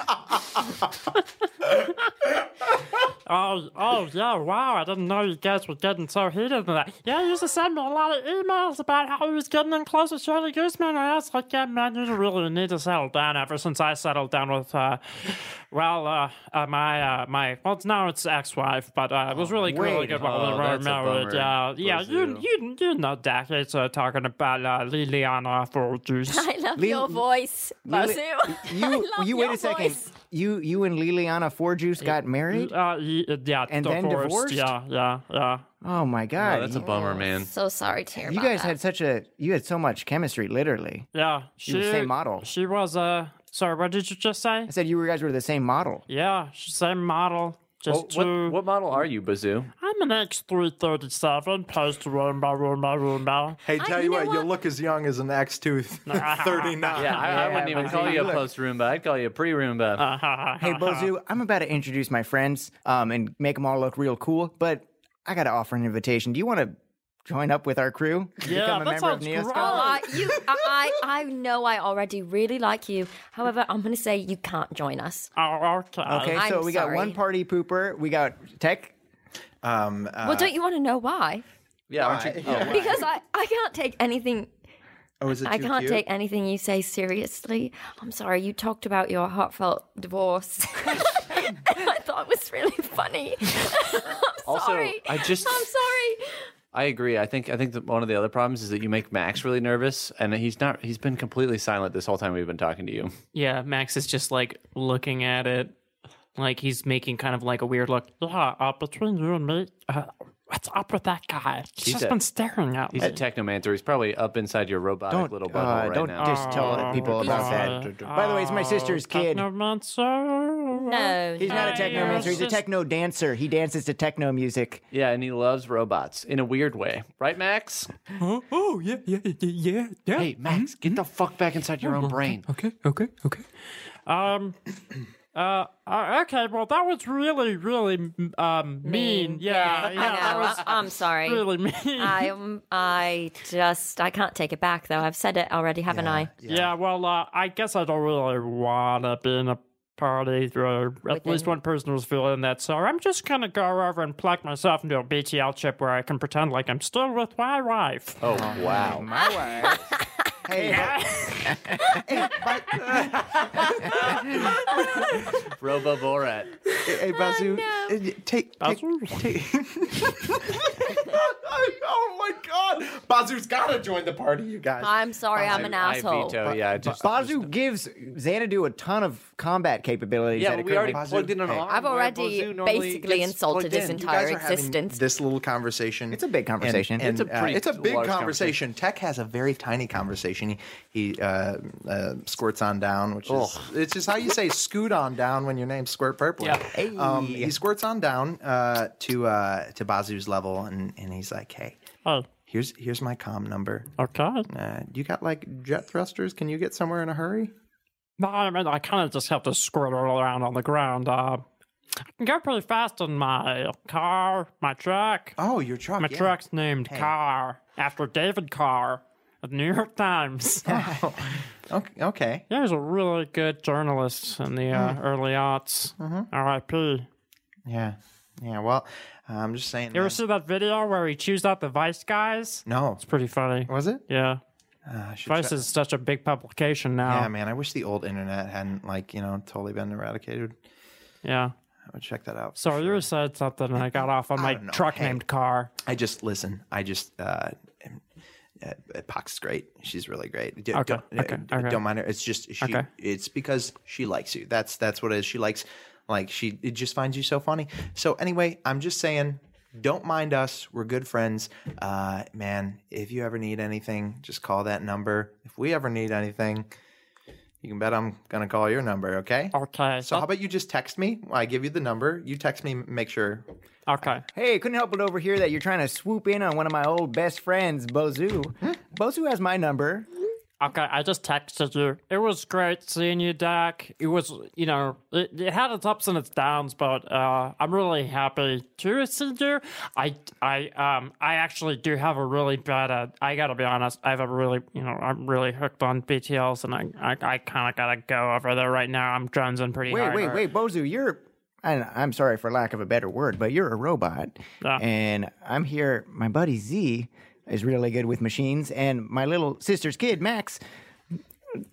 G: Oh, oh, yeah, wow. I didn't know you guys were getting so heated than that. Yeah, you used to send me a lot of emails about how he was getting in close with Shirley Guzman. And I was like, yeah, man, you really need to settle down ever since I settled down with, uh, well, uh, uh my, uh, my, well, now it's ex wife, but uh, it was really, really
C: wait.
G: good when
E: Oh,
G: we were
E: that's a
G: married.
E: bummer.
G: Uh, yeah, you,
E: Brazil.
G: you, you know, Dak, it's uh, talking about uh, Liliana Folgers.
F: I love
C: Lil-
F: your voice, Bazoo. I
C: You,
F: love
C: you wait
F: your
C: a second.
F: voice.
C: You, you and Liliana Forjuice got married.
G: Uh, y- yeah,
C: And then divorced?
G: Yeah, yeah, yeah.
C: Oh my
E: Oh,
C: god!
E: that's a bummer, man.
F: So sorry to hear
C: you
F: about
C: guys
F: that.
C: had such a, you had so much chemistry, literally.
G: Yeah, she
C: the same model.
G: She was uh Sorry, what did you just say?
C: I said you guys were the same model.
G: Yeah, same model. Just
E: What, what, what model are you, Bazoo?
G: I'm an X337 poster run by run by run by.
D: Hey, tell
F: you
D: you
F: know
D: what, you
F: what?
D: look as young as an axe tooth. 39.
E: Yeah, I, I wouldn't even call you a post Roomba. I'd call you a pre Roomba.
C: Hey, Bozu, I'm about to introduce my friends um, and make them all look real cool, but I got to offer an invitation. Do you want to join up with our crew?
G: Yeah,
C: Become a
G: that
C: member of
G: sounds
C: Neostar?
F: Oh, I, you, I, I, I know I already really like you. However, I'm going to say you can't join us.
G: Oh, okay.
C: Okay,
F: I'm
C: so we got one
F: sorry.
C: party pooper. We got Tech.
D: Um, uh,
F: well,
C: Uh,
F: don't you want to know why?
E: yeah, aren't you? Oh, wow.
F: Because I, I can't take anything.
D: Oh, is it
F: I
D: too
F: can't
D: cute?
F: take anything you say seriously. I'm sorry. You talked about your heartfelt divorce. and I thought it was really funny. I'm
E: Also,
F: sorry.
E: I just-
F: I'm sorry.
E: I agree. I think I think that one of the other problems is that you make Max really nervous, and he's not. He's been completely silent this whole time we've been talking to you.
G: Yeah, Max is just like looking at it, like he's making kind of like a weird look. Yeah, uh, between you and me, uh, what's up with that guy? He's, just
E: a-
G: been staring at
E: He's
H: Uh,
G: me.
E: a technomancer. He's probably up inside your robotic little bubble
C: uh,
E: right
C: don't
E: now.
C: just tell people about that. By the way, it's my sister's kid.
G: Technomancer.
F: No.
C: He's not a technomancer. He's a
G: just-
C: techno dancer. He dances to techno music.
E: yeah, and he loves robots in a weird way, right, Max?
H: Oh, oh yeah, yeah, yeah, yeah, yeah. Mm-hmm, Oh,
E: Hey, Max, get the fuck back inside your own brain.
H: Okay, okay, okay.
G: Um. Uh, uh, okay, well, that was really, really um, mean. Yeah, yeah,
F: I
G: that
F: know.
G: was
F: I, am sorry.
G: really mean.
F: I, um, I just, I can't take it back though. I've said it already, haven't I?
G: yeah. well, uh, I guess I don't really want to be in a party where at least one person was feeling that, so I'm just going to go over and plug myself into a BTL chip where I can pretend like I'm still with my wife.
E: Oh wow.
C: My wife. hey,
E: Robo Borat.
D: Hey, Bazoo, uh, take, take, take. oh my god! Bazoo's gotta join the party, you guys.
F: I'm sorry. I'm an
E: I
F: asshole.
E: veto, yeah, just,
C: Bazu gives Xanadu a ton of combat capabilities.
E: yeah,
C: that it
E: but we
C: couldn't
E: already
C: have.
E: plugged in an arm.
F: I've
E: where
F: already
E: Bazoo normally
F: basically
E: gets
F: insulted
E: plugged
F: his
E: in.
D: You guys
F: entire
D: are having
F: existence.
D: This little conversation. uh,
C: It's a big conversation.
E: It's a pretty
D: it's a big
E: large
D: conversation. Tech has a very tiny conversation. He, he uh, uh, squirts on down, which is it's just how you say scoot on down when your name's Squirt Purple. Yeah. Um, he squirts on down uh, to uh, to Bazoo's level, and, and he's like, "Hey,
G: Oh,
D: here's here's my com number.
G: okay.
D: Uh, you got like jet thrusters? Can you get somewhere in a hurry?"
G: No, I mean, I kind of just have to squirt all around on the ground. Uh, I can go pretty fast in my car, my truck.
D: Oh, your truck.
G: My
D: yeah.
G: truck's named Carr after David Carr of New York Times.
D: Okay. okay.
G: he was a really good journalist in the
D: Hmm.
G: uh, early aughts.
D: Mm-hmm.
G: R.I.P.
D: Yeah. Yeah. Well, I'm just saying.
G: You ever
D: man.
G: see that video where he chews out the Vice guys?
D: no.
G: It's pretty funny.
D: Was it?
G: Yeah,
D: Uh, I should
G: Vice
D: check.
G: is such a big publication now.
D: Yeah, man. I wish the old internet hadn't like you know totally been eradicated.
G: Yeah.
D: I would check that out.
G: So you were said something, and I got off on my
D: don't know.
G: truck
D: Hey.
G: named Carr.
D: I just listen. I just uh, am- uh, uh, Pac's great. She's really great. D-
G: Okay,
D: Don't, uh,
G: okay,
D: d-
G: okay.
D: don't mind her. It's just she.
G: Okay.
D: It's because she likes you. That's that's what it is. She likes like she it just finds you so funny. So anyway, I'm just saying. Don't mind us. We're good friends. Uh, man, if you ever need anything, just call that number. If we ever need anything, you can bet I'm going to call your number, okay?
G: Okay.
D: So how about you just text me? I give you the number. You text me. Make sure.
G: okay.
C: Hey, couldn't help but overhear that you're trying to swoop in on one of my old best friends, Bozu. Bozu has my number.
G: Okay, I just texted you. It was great seeing you, Dak. It was, you know, it, it had its ups and its downs, but uh, I'm really happy to see you. I, I, um, I actually do have a really bad. Uh, I gotta be honest. I have a really, you know, I'm really hooked on BTLs, and I, I, I kind of gotta go over there right now. I'm jonesing pretty
C: Wait,
G: hard.
C: wait, wait, Bozu, you're. I- I'm sorry for lack of a better word, but you're a robot.
G: Ah.
C: And I'm here. My buddy Z is really good with machines, and my little sister's kid, Max.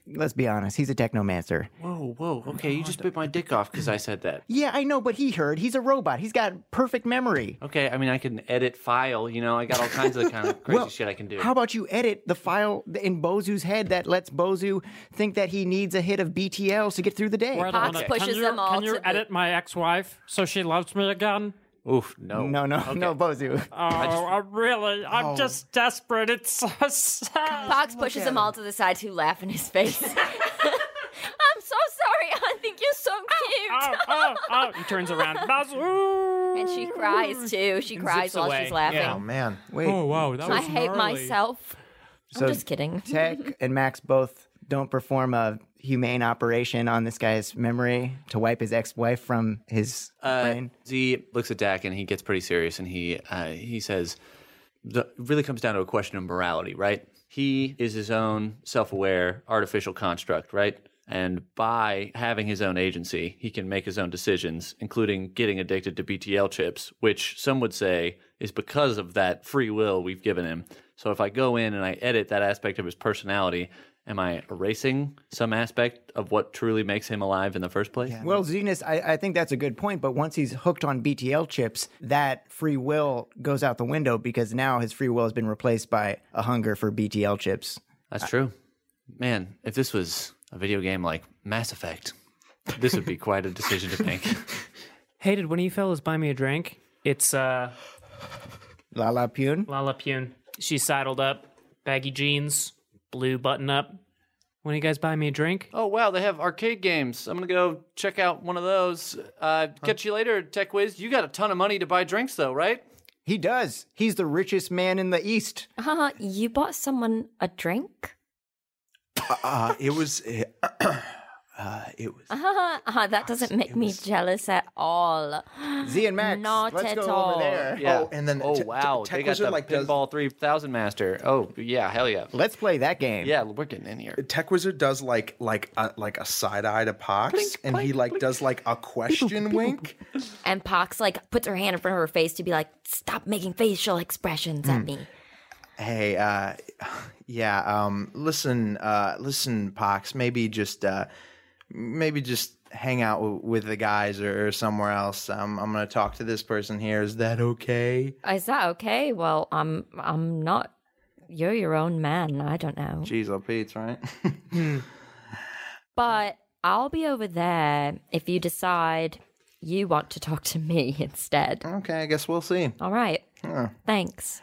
C: Let's be honest, he's a technomancer.
E: Whoa, whoa. Okay, you just bit my dick off because I said that.
C: Yeah, I know, but he heard. He's a robot. He's got perfect memory.
E: Okay, I mean, I can edit file. You know, I got all kinds of kind of crazy
C: Well,
E: shit I can do.
C: How about you edit the file in Bozu's head that lets Bozu think that he needs a hit of BTLs to get through the day?
G: Wait a
F: Pox
G: minute.
F: pushes
G: can you,
F: them all
G: Can you
F: to the-
G: edit my ex-wife so she loves me again?
E: Oof, no.
C: No, no, no, Bozu.
G: Oh, I'm really, I'm
C: Oh.
G: just desperate. It's so sad.
F: Fox pushes them all to the side to laugh in his face. I'm
G: oh, oh, oh. He turns around. Bazoo!
F: And she cries too. She cries
G: zips
F: while
G: away.
F: she's laughing.
G: Yeah.
D: Oh man,
C: Wait,
H: Oh wow, that was
F: I hate
H: gnarly.
F: myself.
C: So-
F: I'm just kidding.
C: Tech and Max both don't perform a humane operation on this guy's memory to wipe his ex-wife from his
E: Uh,
C: brain.
E: Z looks at Dak and he gets pretty serious and he uh, he says, the, it really comes down to a question of morality, right? He is his own self-aware artificial construct, right? And by having his own agency, he can make his own decisions, including getting addicted to BTL chips, which some would say is because of that free will we've given him. So if I go in and I edit that aspect of his personality, am I erasing some aspect of what truly makes him alive in the first place?
C: Well, Zenas, I, I think that's a good point, but once he's hooked on BTL chips, that free will goes out the window because now his free will has been replaced by a hunger for BTL chips.
E: That's true. Man, if this was a video game like Mass Effect, this would be quite a decision to make.
G: Hey, did one of you fellas buy me a drink? It's uh,
C: La La Pune?
G: Lala Pune. She's sidled up, baggy jeans, blue button up. One of you guys buy me a drink?
E: oh, wow, they have arcade games. I'm going to go check out one of those. Uh, Catch you later, Tech Whiz. You got a ton of money to buy drinks, though, right?
C: He does. He's the richest man in the East.
F: Huh? You bought someone a drink?
D: uh, it was. Uh, it was.
F: Uh-huh, uh-huh, that doesn't make me jealous at all.
C: Z and Max,
F: Not
C: let's
F: at
C: go
F: all.
C: over there.
E: Yeah.
D: Oh, and then
E: oh
D: Te- Te-
E: wow,
D: Tech
E: they got
D: Wizard,
E: the
D: like, does-
E: pinball three thousand master. Oh yeah, hell yeah,
C: Let's play that game.
E: yeah, we're getting in here.
D: Tech Wizard does like like a, like a side eye to Pox, and he like does like a question wink.
F: And Pox like puts her hand in front of her face to be like, stop making facial expressions at me.
D: Hey, uh, yeah. Um, listen, uh, listen, Pox. Maybe just uh, maybe just hang out w- with the guys or, or somewhere else. Um, I'm gonna talk to this person here. Is that okay?
F: Is that okay? Well, I'm I'm not you're your own man, I don't know.
D: Jeez, oh Pete's right.
F: But I'll be over there if you decide you want to talk to me instead.
D: okay, I guess we'll see.
F: All right. Thanks.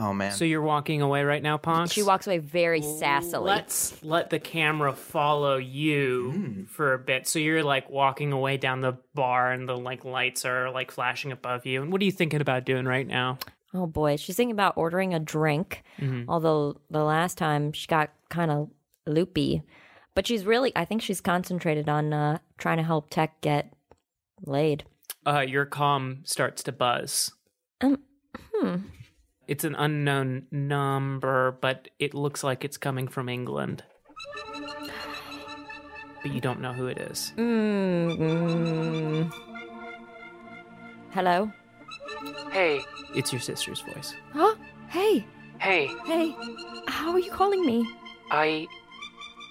D: Oh man.
G: So you're walking away right now, Ponks?
F: She walks away very sassily.
G: Let's let the camera follow you
H: Hmm.
G: for a bit. So you're like walking away down the bar and the like lights are like flashing above you. And what are you thinking about doing right now?
F: Oh boy, she's thinking about ordering a drink. Although the last time she got kind of loopy, but she's really I think she's concentrated on uh, trying to help Tech get laid.
G: Uh, your comm starts to buzz.
F: Um,
G: It's an unknown number, but it looks like it's coming from England. But you don't know who it is.
F: Mm. Hello.
G: Hey, it's your sister's voice.
F: Huh? Hey,
G: Hey,
F: hey. How are you calling me?
G: I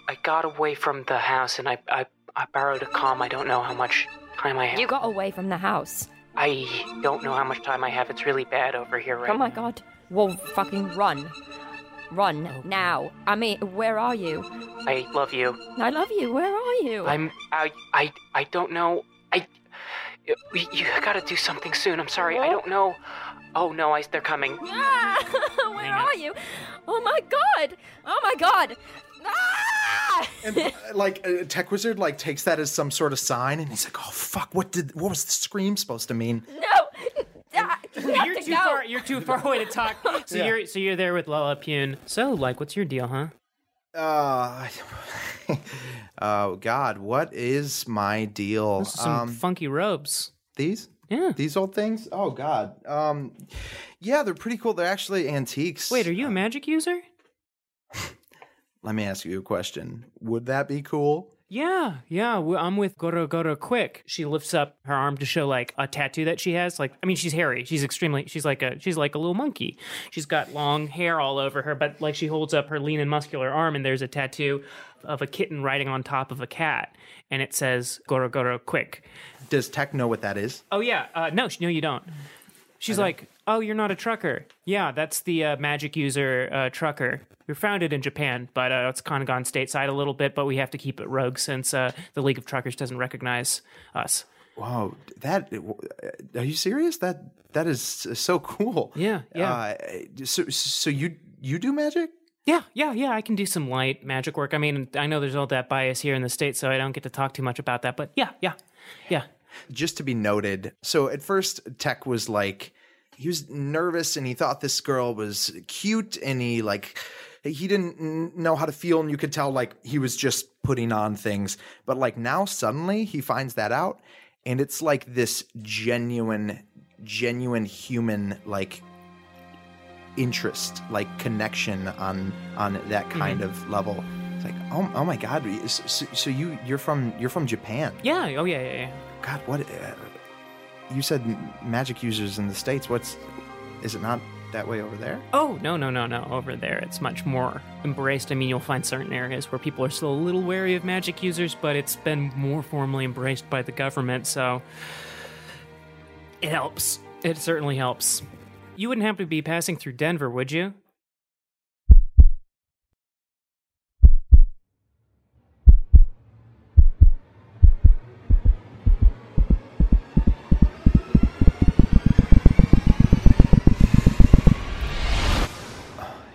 G: I got away from the house and I I, I borrowed a comm. I don't know how much time I have.
F: You got away from the house.
G: I don't know how much time I have. It's really bad over here right
F: Oh my god. Well, fucking run. Run now. I mean, where are you?
G: now. I love you.
F: I love you. Where are you?
G: I'm I I I don't know. I you, you gotta do something soon. I'm sorry. I don't know. Oh no, I, they're coming.
F: Ah, where are you? Oh my god! Oh my god! Ah!
D: And like uh, Tech Wizard like takes that as some sort of sign, and he's like, "Oh fuck, what did what was the scream supposed to mean?"
F: no! Ah, we have
G: You're
F: to
G: too
F: go.
G: far. You're too far away to talk. So you're so you're there with Lala Pune. So like, what's your deal, huh?
D: Uh, oh God, what is my deal?
G: Some
D: um,
G: funky robes.
D: these
G: Yeah.
D: these old things? Oh God, um, yeah, they're pretty cool. They're actually antiques.
G: Wait, are you a magic user?
D: Let me ask you a question. Would that be cool?
G: Yeah, yeah, w- I'm with Goro Goro Quick. She lifts up her arm to show like a tattoo that she has. Like, I mean, she's hairy. She's extremely. She's like a. She's like a little monkey. She's got long hair all over her, but like she holds up her lean and muscular arm, and there's a tattoo of a kitten riding on top of a cat, and it says Goro Goro Quick.
D: Does Tech know what that is?
G: Oh yeah, uh, no, sh- no, you don't. She's like, oh, you're not a trucker. Yeah, that's the uh, magic user uh, trucker. You're founded in Japan, but uh, it's kind of gone stateside a little bit. But we have to keep it rogue since uh, the League of Truckers doesn't recognize us.
D: Wow, that are you serious? That that is so cool.
G: Yeah, yeah.
D: Uh, so so you you do magic?
G: Uh, Yeah, yeah, yeah. I can do some light magic work. I mean, I know there's all that bias here in the States, so I don't get to talk too much about that. But yeah, yeah, yeah.
D: just to be noted. So at first, Tech was like, he was nervous and he thought this girl was cute and he like, he didn't n- know how to feel and you could tell like he was just putting on things. But like now suddenly he finds that out and it's like this genuine, genuine human like interest, like connection on on that kind of level. It's like, oh, oh my god! So, so- so you you're from you're from Japan?
G: Yeah, oh, yeah, yeah, yeah.
D: God, what? Uh, you said m- magic users in the states. What's? Is it not that way over there?
G: Oh, no, no, no, no. Over there, it's much more embraced. I mean, you'll find certain areas where people are still a little wary of magic users, but it's been more formally embraced by the government, so it helps. It certainly helps. You wouldn't have to be passing through Denver, would you?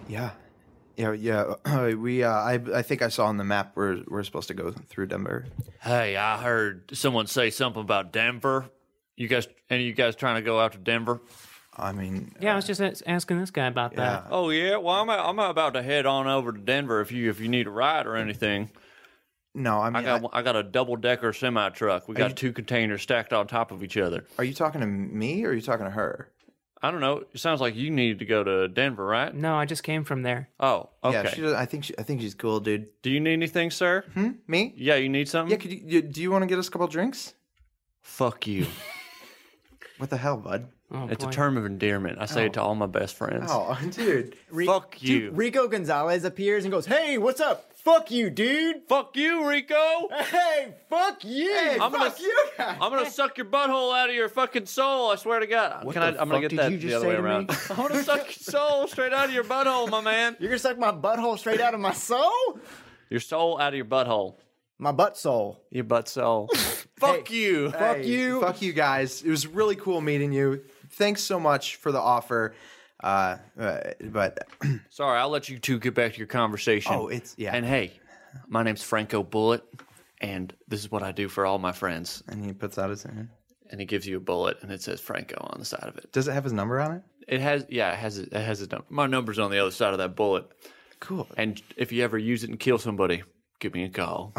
D: Yeah, yeah, yeah. we, uh, I, I think I saw on the map we're we're supposed to go through Denver.
E: Hey, I heard someone say something about Denver. You guys, any of you guys trying to go out to Denver?
D: I mean,
G: Yeah, I was just as- asking this guy about that.
E: Oh yeah. Well, I'm I'm about to head on over to Denver if you if you need a ride or anything.
D: no, I
E: I
D: mean,
E: got I got a double decker semi truck. We got two containers stacked on top of each other.
D: are you talking to me or are you talking to her?
E: I don't know. It sounds like you needed to go to Denver, right?
G: No, I just came from there.
E: Oh, okay.
D: Mm-hmm. Yeah, she, does- I think she, I think she's cool, dude.
E: Do you need anything, sir?
D: Me?
E: Yeah, you need something.
D: Yeah. Could you, you do you want to get us a couple drinks?
E: Fuck you.
D: What the hell, bud?
G: Oh,
E: it's a
G: boy.
E: term of endearment. I say it to all my best friends.
D: Oh, dude.
E: Fuck you.
C: Dude, Rico Gonzalez appears and goes, "Hey, what's up? Fuck you, dude.
E: Fuck you, Rico.
C: Hey, fuck you.
E: I'm gonna-
C: fuck you guys.
E: I'm gonna suck your butthole out of your fucking soul. I swear to God. Can I,
D: the
E: I'm
D: fuck
E: gonna get
D: did
E: that
D: you
E: the
D: just
E: other
D: say
E: way
D: to me?
E: around. I want to suck your soul straight out of your butthole, my man.
C: You're gonna suck my butthole straight out of my soul,
E: Your soul out of your butthole.
C: my butt soul.
E: Your butt soul. Fuck you.
C: Fuck
D: Hey,
C: you.
D: Fuck you guys. It was really cool meeting you. Thanks so much for the offer. Uh, uh, but
E: Sorry, I'll let you two get back to your conversation.
D: Oh, it's- yeah.
E: And hey, my name's Franco Bullet, and this is what I do for all my friends.
D: and he puts out his hand.
E: And he gives you a bullet, and it says Franco on the side of it.
D: Does it have his number on it?
E: It has, yeah, it has, it has a number. My number's on the other side of that bullet.
D: Cool.
E: And if you ever use it and kill somebody, give me a call.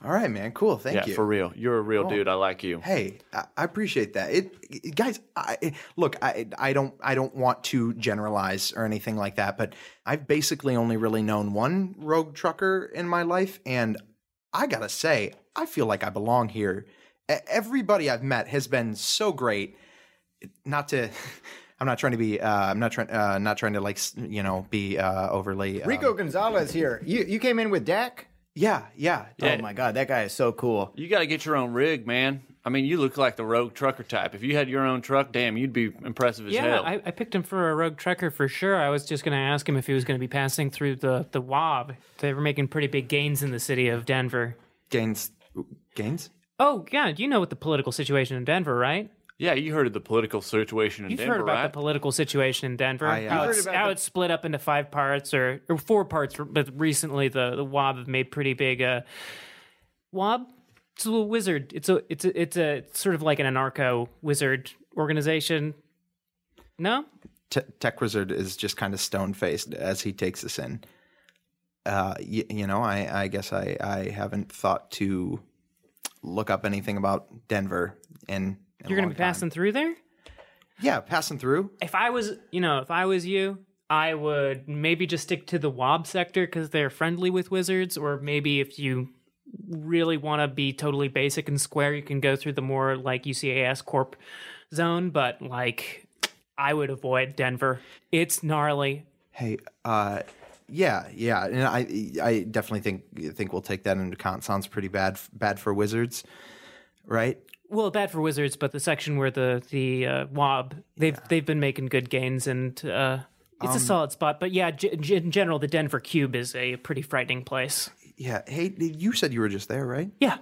D: All right, man. Cool. Thank
E: yeah,
D: you.
E: for real. You're a real dude. I like you.
D: Hey, I, I appreciate that. It, it- guys, I it- look, I I don't I don't want to generalize or anything like that, but I've basically only really known one rogue trucker in my life and I got to say, I feel like I belong here. E- Everybody I've met has been so great. Not to I'm not trying to be uh, I'm not trying uh, not trying to like, s- you know, be uh, overly um,
C: Rico Gonzalez here. You you came in with Dak.
D: Yeah, yeah.
E: Yeah.
C: Oh my god, that guy is so cool.
E: You got to get your own rig, man. I mean, you look like the rogue trucker type. If you had your own truck, damn, you'd be impressive as
G: Yeah,
E: hell.
G: I, I picked him for a rogue trekker for sure. I was just going to ask him if he was going to be passing through the, the Wob. They were making pretty big gains in the city of Denver.
D: Gains gains?
G: Oh, God, you know what the political situation in Denver, right?
E: yeah, you heard of the political situation in
G: You've
E: Denver,
G: heard about
E: right?
G: the political situation in Denver.
D: I, uh,
G: how
D: You've
G: it's, how it's split up into five parts or, or four parts, but recently the, the Wob have made pretty big. Uh, Wob? It's a little wizard. It's a it's a, it's a it's sort of like an anarcho wizard organization. No,
D: Te- Tech Wizard is just kind of stone faced as he takes this in. Uh, y- you know, I, I guess I, I haven't thought to look up anything about Denver. And
G: you're going to be passing through there.
D: yeah, passing through.
G: if I was, you know, if I was you, I would maybe just stick to the Wob sector because they're friendly with wizards, or maybe if you really want to be totally basic and square, you can go through the more like UCAS Corp zone. But like, I would avoid Denver. It's gnarly.
D: Hey, uh, yeah, yeah, and I, I definitely think think we'll take that into account. Sounds pretty bad, bad for wizards, right?
G: Well, bad for wizards, but the section where the the uh, Wob they've they've been making good gains and. uh it's a solid spot, but yeah, g- g- in general, the Denver Cube is a pretty frightening place.
D: Yeah. Hey, you said you were just there, right?
G: Yeah,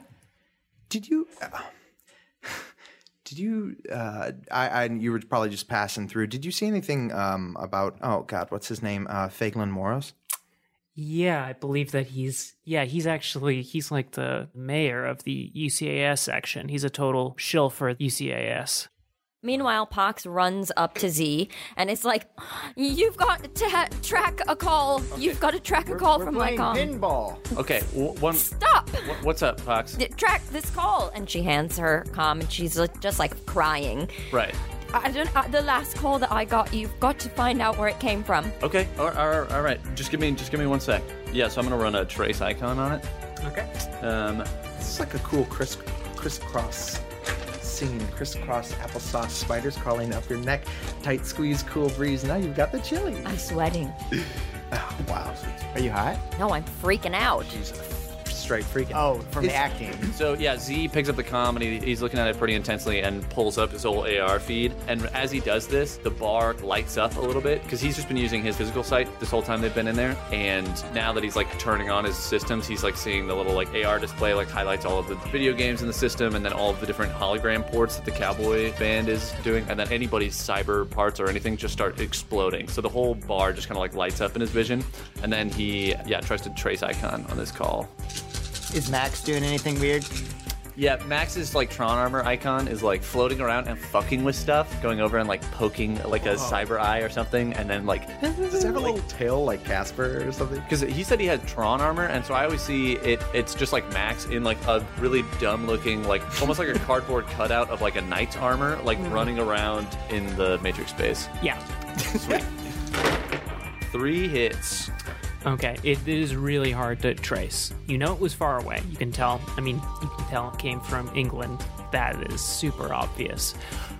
D: Did you? Uh, did you? Uh, I, I. You were probably just passing through. Did you see anything um, about? Oh God, what's his name? Uh, Fagelin Moros.
G: Yeah, I believe that he's yeah, he's actually he's like the mayor of the UCAS section. He's a total shill for UCAS.
F: Meanwhile, Pox runs up to Z and it's like, "You've got to ha- track a call. You've got to track a call
C: We're
F: from my
C: playing
F: call.
C: pinball.
E: Okay, w- one.
F: Stop!
E: wh- What's up, Fox?
F: D- Track this call." And she hands her com, and she's like, just like crying.
E: Right.
F: I don't. Uh, the last call that I got, you've got to find out where it came from.
E: Okay. All, all, all right. Just give me just give me one sec. Yeah. So I'm gonna run a trace icon on it.
G: Okay.
E: Um,
D: It's like a cool criss crisscross scene. Crisscross applesauce, spiders crawling up your neck, tight squeeze, cool breeze. Now you've got the chili.
F: I'm sweating.
D: Oh, wow,
C: Are you hot?
F: No, I'm freaking out.
D: she's straight freaking.
C: Oh, from
D: It's-
C: acting.
E: so yeah, Z picks up the comedy. He's looking at it pretty intensely and pulls up his old AR feed. And as he does this, the bar lights up a little bit because he's just been using his physical sight this whole time they've been in there. And now that he's like turning on his systems, he's like seeing the little like AR display like highlights all of the video games in the system and then all of the different hologram ports that the cowboy band is doing. And then anybody's cyber parts or anything just start exploding. So the whole bar just kind of like lights up in his vision. And then he yeah tries to trace icon on this call.
C: Is Max doing anything weird?
E: Yeah, Max's like Tron armor icon is like floating around and fucking with stuff, going over and like poking like a cyber eye or something, and then like
D: Does it have a little tail like Casper or something?
E: because he said he had Tron armor, and so I always see it. It's just like Max in like a really dumb looking, like almost like a cardboard cutout of like a knight's armor, like
D: Mm-hmm.
E: running around in the Matrix space.
G: Yeah.
E: Three hits.
G: Okay. It is really hard to trace. You know it was far away. You can tell. I mean, you can tell it came from England. That is super obvious.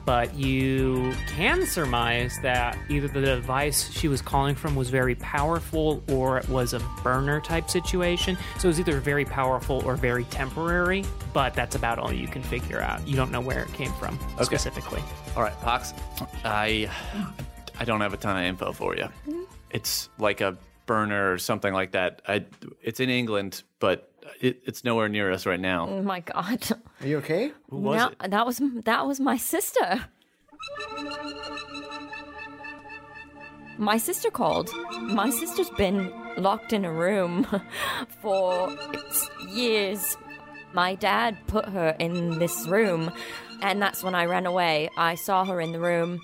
G: But you can surmise that either the device she was calling from was very powerful or it was a burner type situation. So it was either very powerful or very temporary, but that's about all you can figure out. You don't know where it came from specifically.
E: All right, Pox. I I don't have a ton of info for you. It's like a burner or something like that. I, it's in England, but it, it's nowhere near us right now.
F: Oh my god.
C: Are you okay?
E: Who was
F: No,
E: it?
F: that was that was my sister. My sister called. My sister's been locked in a room for years. My dad put her in this room, and that's when I ran away. I saw her in the room,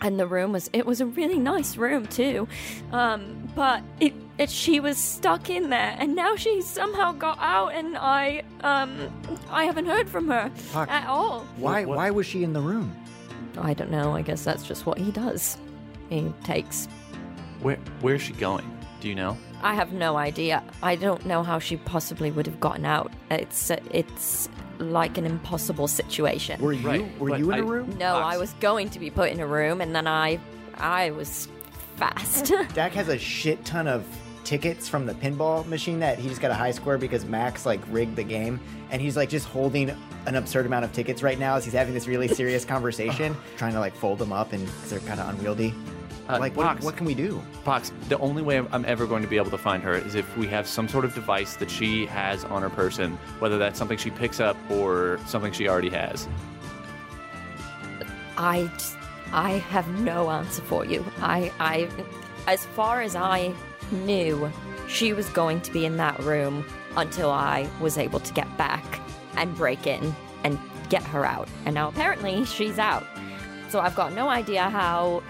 F: and the room was it was a really nice room too, um, but it, it she was stuck in there, and now she somehow got out, and I um I haven't heard from her
C: Fuck.
F: at all.
C: Why? Why was she in the room?
F: I don't know. I guess that's just what he does. He takes.
E: Where Where's she going? Do you know?
F: I have no idea. I don't know how she possibly would have gotten out. It's it's like an impossible situation.
C: Were you?
E: Right,
C: Were
E: but
C: you in a
E: I-
C: room?
F: no, I
E: Fox.
F: was going to be put in a room, and then I I was fast.
C: Dak has a shit ton of tickets from the pinball machine that he just got a high score because Max like rigged the game, and he's like just holding an absurd amount of tickets right now as he's having this really serious conversation, trying to like fold them up, and they they're kind of unwieldy.
E: Uh,
C: like, what,
E: Pox.
C: what can we do?
E: Pox, the only way I'm ever going to be able to find her is if we have some sort of device that she has on her person, whether that's something she picks up or something she already has.
F: I just- I have no answer for you. I I as far as I knew, she was going to be in that room until I was able to get back and break in and get her out. And now apparently she's out. So I've got no idea how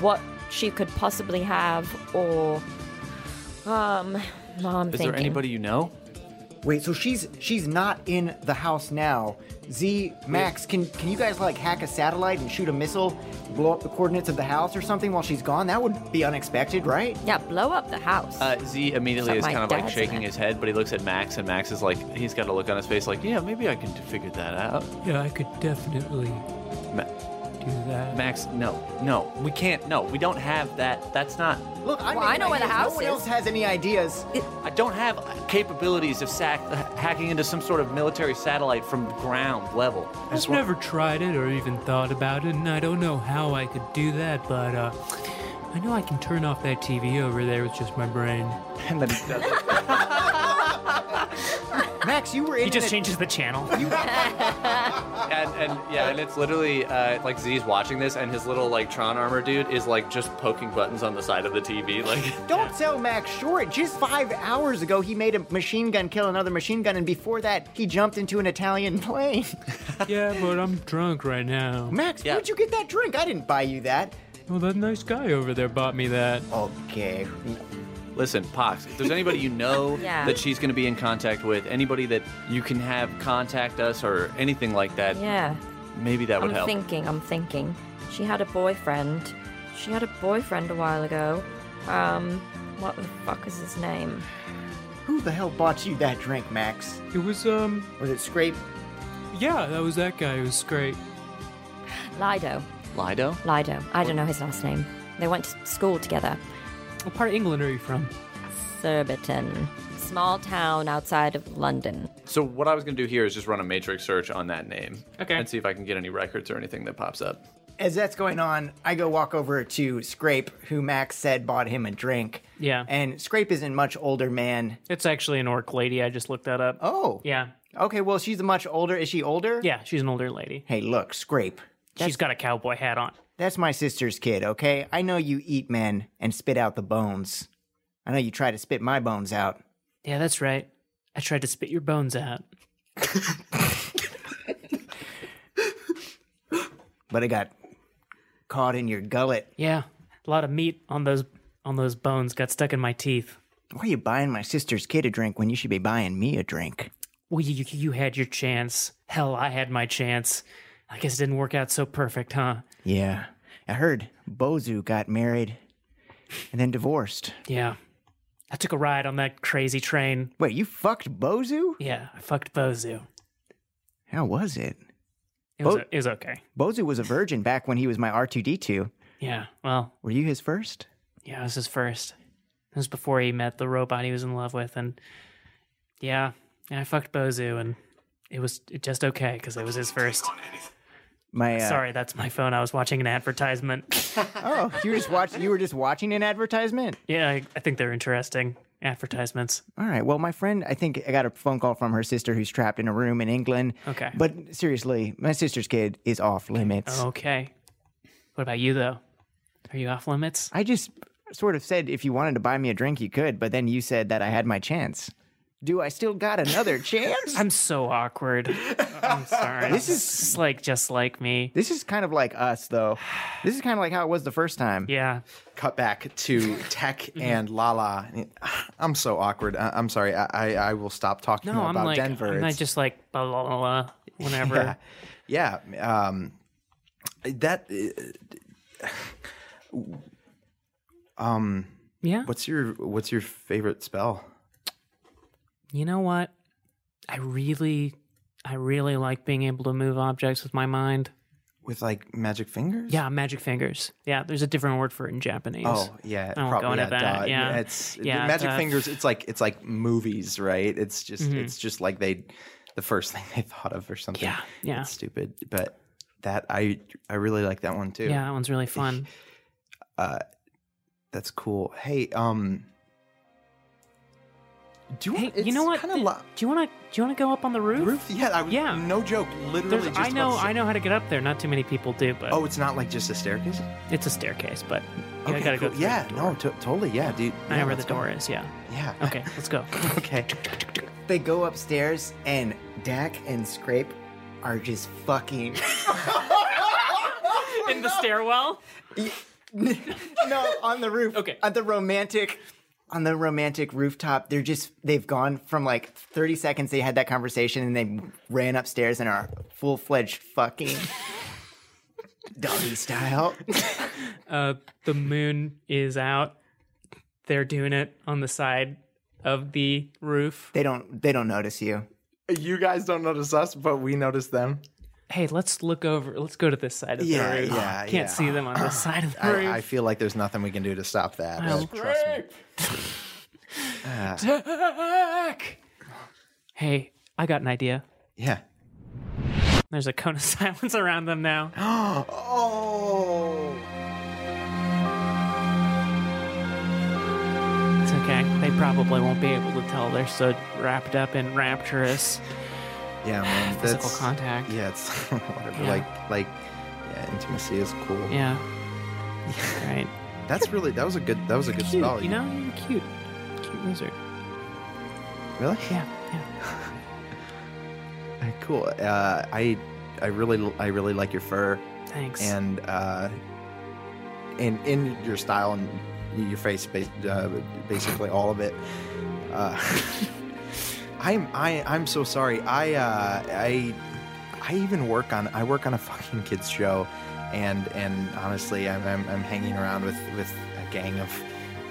F: what she could possibly have or um no, I'm
E: Is
F: thinking.
E: there anybody you know?
C: Wait, so she's she's not in the house now. Z Max, can can you guys like hack a satellite and shoot a missile, blow up the coordinates of the house or something while she's gone? That would be unexpected, right?
F: yeah, blow up the house.
E: Uh, Z immediately
F: Except
E: is
F: my
E: kind of like
F: dad's
E: shaking
F: in it.
E: his head, but he looks at Max, and Max is like, he's got a look on his face, like, yeah, maybe I can d- figure that out.
H: Yeah, I could definitely
E: Ma-
H: do that.
E: Max, no, no, we can't, no, we don't have that. That's not.
C: Look, I,
F: Well, I know where the
C: ideas.
F: house
C: no one
F: is.
C: else has any ideas.
E: I don't have capabilities of sac- hacking into some sort of military satellite from ground level.
H: I've never tried it or even thought about it, and I don't know how I could do that, but uh, I know I can turn off that TV over there with just my brain.
E: And then he does it.
C: Max, you were in
G: He just
C: an-
G: changes the channel.
E: And, and yeah, and it's literally uh, like Z's watching this, and his little like Tron armor dude is like just poking buttons on the side of the TV. Like,
C: Don't sell Max short. Just five hours ago, he made a machine gun kill another machine gun, and before that, he jumped into an Italian plane.
H: Yeah, but I'm drunk right now.
C: Max, where'd you get that drink? I didn't buy you that.
H: Well, that nice guy over there bought me that.
C: Okay.
E: listen, Pox, if there's anybody you know
F: Yeah.
E: that she's going to be in contact with, anybody that you can have contact us or anything like that,
F: Yeah.
E: maybe that would
F: I'm
E: help.
F: thinking, I'm thinking. She had a boyfriend. She had a boyfriend a while ago. Um, what the fuck is his name?
C: Who the hell bought you that drink, Max?
H: It was, um,
C: Was it Scrape?
H: yeah, that was that guy. It was great.
F: Lido.
E: Lido?
F: Lido. I don't know his last name. They went to school together.
G: what part of England are you from?
F: Surbiton. Small town outside of London.
E: So what I was going to do here is just run a matrix search on that name.
G: Okay.
E: And see if I can get any records or anything that pops up.
C: As that's going on, I go walk over to Scrape, who Max said bought him a drink.
G: Yeah.
C: And Scrape isn't much older man.
G: It's actually an orc lady. I just looked that up.
C: Oh.
G: Yeah.
C: Okay, well, she's much older. Is she older?
G: Yeah, she's an older lady.
C: Hey, look, Scrape.
G: She's got a cowboy hat on.
C: That's my sister's kid, okay? I know you eat men and spit out the bones. I know you try to spit my bones out.
G: Yeah, that's right. I tried to spit your bones out.
C: but it got caught in your gullet.
G: Yeah. A lot of meat on those on those bones got stuck in my teeth.
C: Why are you buying my sister's kid a drink when you should be buying me a drink?
G: Well, you, you- you had your chance. Hell, I had my chance. I guess it didn't work out so perfect, huh?
C: Yeah. I heard Bozu got married and then divorced.
G: Yeah. I took a ride on that crazy train.
C: Wait, you fucked Bozu?
G: Yeah, I fucked Bozu.
C: How was it?
G: It was,
C: Bo-
G: it was okay.
C: Bozu was a virgin back when he was my R2D2.
G: Yeah, well,
C: Were you his first?
G: yeah, this is first. This was before he met the robot he was in love with, and yeah, and I fucked Bozu, and it was just okay because it was his first.
C: My uh,
G: Sorry, that's my phone. I was watching an advertisement.
C: Oh, you were just watching. You were just watching an advertisement.
G: yeah, I, I think they're interesting advertisements.
C: All right. Well, my friend, I think I got a phone call from her sister who's trapped in a room in England.
G: Okay. Oh.
C: But seriously, my sister's kid is off limits.
G: Okay. What about you though? Are you off limits?
C: I just sort of said if you wanted to buy me a drink, you could, but then you said that I had my chance. Do I still got another chance?
G: I'm so awkward. I'm sorry. this is like just like me.
C: This is kind of like us, though. This is kind of like how it was the first time.
G: Yeah. Mm-hmm.
D: Cut back to Tech and Lala. I'm so awkward. I- I'm sorry. I, I I will stop talking
G: No, I'm
D: about
G: like
D: Denver.
G: I'm
D: It's-
G: not just like blah blah blah, blah whenever.
D: Yeah. Yeah. Um, that. uh, Um.
G: Yeah.
D: What's your What's your favorite spell?
G: You know what? I really I really like being able to move objects with my mind.
D: With like magic fingers?
G: Yeah, magic fingers. Yeah, there's a different word for it in Japanese.
D: Oh yeah,
G: won't go into that,
D: duh.
G: yeah.
D: It's
G: Yeah, duh.
D: magic
G: Mm-hmm.
D: fingers. It's like it's like movies, right? It's just it's just like they, the first thing they thought of or something.
G: Yeah, yeah.
D: It's stupid, but that I I really like that one too.
G: Yeah, that one's really fun.
D: That's cool. Hey, um, do you,
G: Hey, you know what?
D: Kind of
G: Th- do you want to do you want to go up on the roof?
D: roof. Yeah, I,
G: Yeah.
D: No joke. Literally,
G: There's,
D: just
G: I
D: about
G: know
D: to say-
G: I know how to get up there. Not too many people do, but
D: Oh, it's not like just a staircase.
G: it's a staircase. But you
D: Okay,
G: gotta
D: cool.
G: go. through
D: yeah,
G: the door.
D: no, to- totally. Yeah, dude.
G: I
D: yeah,
G: know where the
D: let's go.
G: door is. Yeah.
D: Yeah.
G: Okay, let's go.
D: okay.
C: They go upstairs, and Dak and Scrape are just fucking.
G: In the stairwell.
C: no, on the roof.
G: Okay.
C: On the romantic. On the romantic rooftop, they're just, they've gone from like 30 seconds they had that conversation and they ran upstairs and are full fledged fucking doggy style.
G: Uh, the moon is out. They're doing it on the side of the roof.
C: They don't, they don't notice you.
D: You guys don't notice us, but we notice them.
G: Hey, let's look over. Let's go to this side of
D: Yeah,
G: the roof.
D: yeah,
G: Can't
D: yeah.
G: see them on this side of the roof.
D: I, I feel like there's nothing we can do to stop that. Uh, trust me.
G: Attack! Hey, I got an idea.
D: Yeah.
G: There's a cone of silence around them now.
D: Oh.
G: It's a Okay, they probably won't be able to tell. They're so wrapped up in rapturous
D: Yeah, man.
G: physical
D: that's-
G: contact.
D: Yeah, it's whatever.
G: Yeah.
D: Like, like, yeah, intimacy is cool.
G: Yeah. right.
D: That's really that was a good that was a good
G: Cute,
D: spell.
G: you know, you're cute. Cute lizard.
D: really?
G: Yeah, yeah.
D: Uh, Cool. Uh, I, I really, I really like your fur
G: Thanks.
D: and uh, and in your style and your face, ba- uh, basically all of it. Uh, I'm, I, I'm so sorry. I, uh, I, I even work on, I work on a fucking kids show, and and honestly, I'm, I'm, I'm hanging around with with a gang of,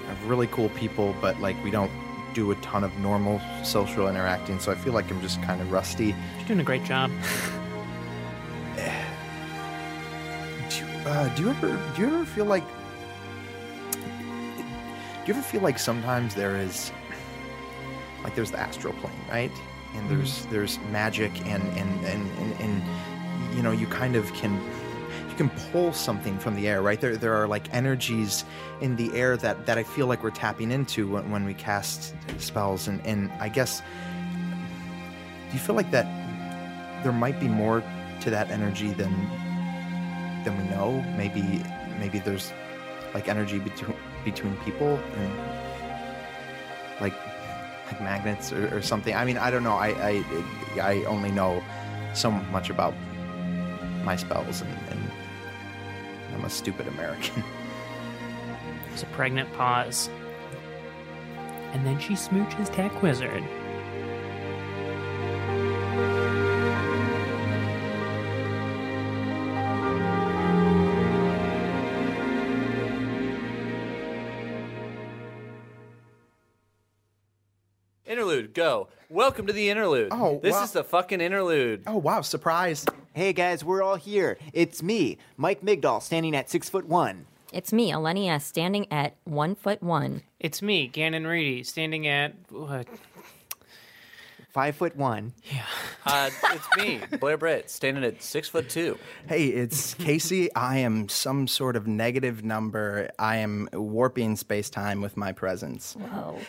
D: of really cool people, but like we don't do a ton of normal social interacting, so I feel like I'm just kind of rusty.
G: you're doing a great job.
D: Do you, uh, do you ever do you ever feel like do you ever feel like sometimes there is like there's the astral plane, right? And there's there's magic and and, and and and you know you kind of can you can pull something from the air, right? There there are like energies in the air that that I feel like we're tapping into when, when we cast spells, and and I guess do you feel like that there might be more to that energy than than we know. Maybe maybe there's like energy between between people and like like magnets or, or something. I mean, I don't know. I I I only know so much about my spells and, and I'm a stupid American.
G: There's a pregnant pause. And then she smooches Tech Wizard.
E: Interlude, go. Welcome to the interlude.
D: Oh,
E: this
D: wow.
E: is the fucking interlude.
D: Oh wow, surprise!
C: Hey guys, we're all here. It's me, Mike Migdal, standing at six foot one.
F: It's me, Alenia, standing at one foot one.
G: It's me, Gannon Reedy, standing at uh, what?
C: Five foot one.
E: Uh, it's me, Blair Britt, standing at six foot two.
D: Hey, it's Casey. I am some sort of negative number. I am warping space time with my presence.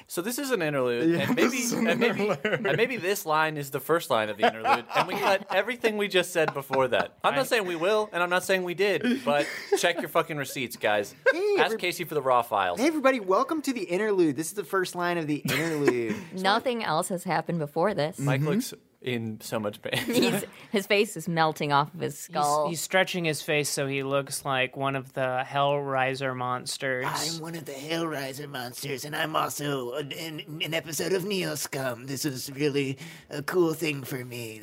E: So this is an interlude, and maybe and maybe and maybe this line is the first line of the interlude, and we cut everything we just said before that. I'm not saying we will, and I'm not saying we did, but check your fucking receipts, guys. Ask
C: every-
E: Casey for the raw files.
C: Hey everybody, welcome to the interlude. This is the first line of the interlude.
F: Nothing else has happened before this.
E: Mike
D: Mm-hmm.
E: looks in so much pain.
F: He's, his face is melting off of his skull.
G: He's, he's stretching his face so he looks like one of the Hellraiser monsters.
I: I'm one of the Hellraiser monsters, and I'm also an, an, an episode of Neo Scum. This is really a cool thing for me.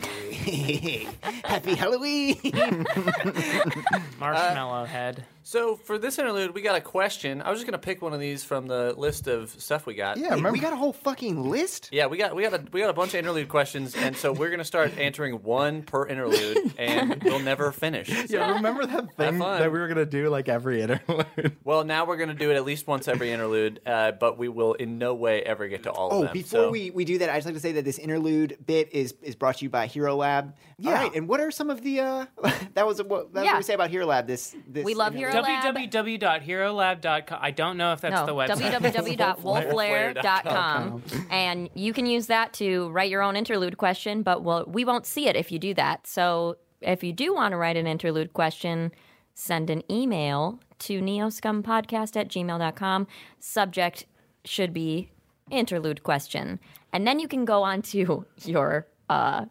I: Happy Halloween!
F: uh,
G: Marshmallow head.
E: so for this interlude, we got a question. I was just gonna pick one of these from the list of stuff we got.
D: Yeah,
C: Wait,
D: remember?
C: we got a whole fucking list?
E: Yeah, we got we got a we got a bunch of interlude questions, and so we're gonna start answering one per interlude, and we'll never finish.
D: Yeah, remember that thing
E: fun.
D: that we were gonna do like every interlude.
E: Well, now we're gonna do it at least once every interlude, uh, but we will in no way ever get to all of
C: Oh,
E: them.
C: before
E: so-
C: we, we do that, I'd just like to say that this interlude bit is is brought to you by Hero Lab. All
D: Yeah.
C: right, and what are some of the uh that was what that was
F: Yeah.
C: what we say about Hero Lab this this
F: we love Hero Lab.
G: www.herolab.com. I don't know if that's
F: no,
G: the website.
F: www.wolflair.com. and you can use that to write your own interlude question, but we'll, we won't see it if you do that. So if you do want to write an interlude question, send an email to neoscumpodcast at gmail.com. Subject should be interlude question. And then you can go on to your, uh,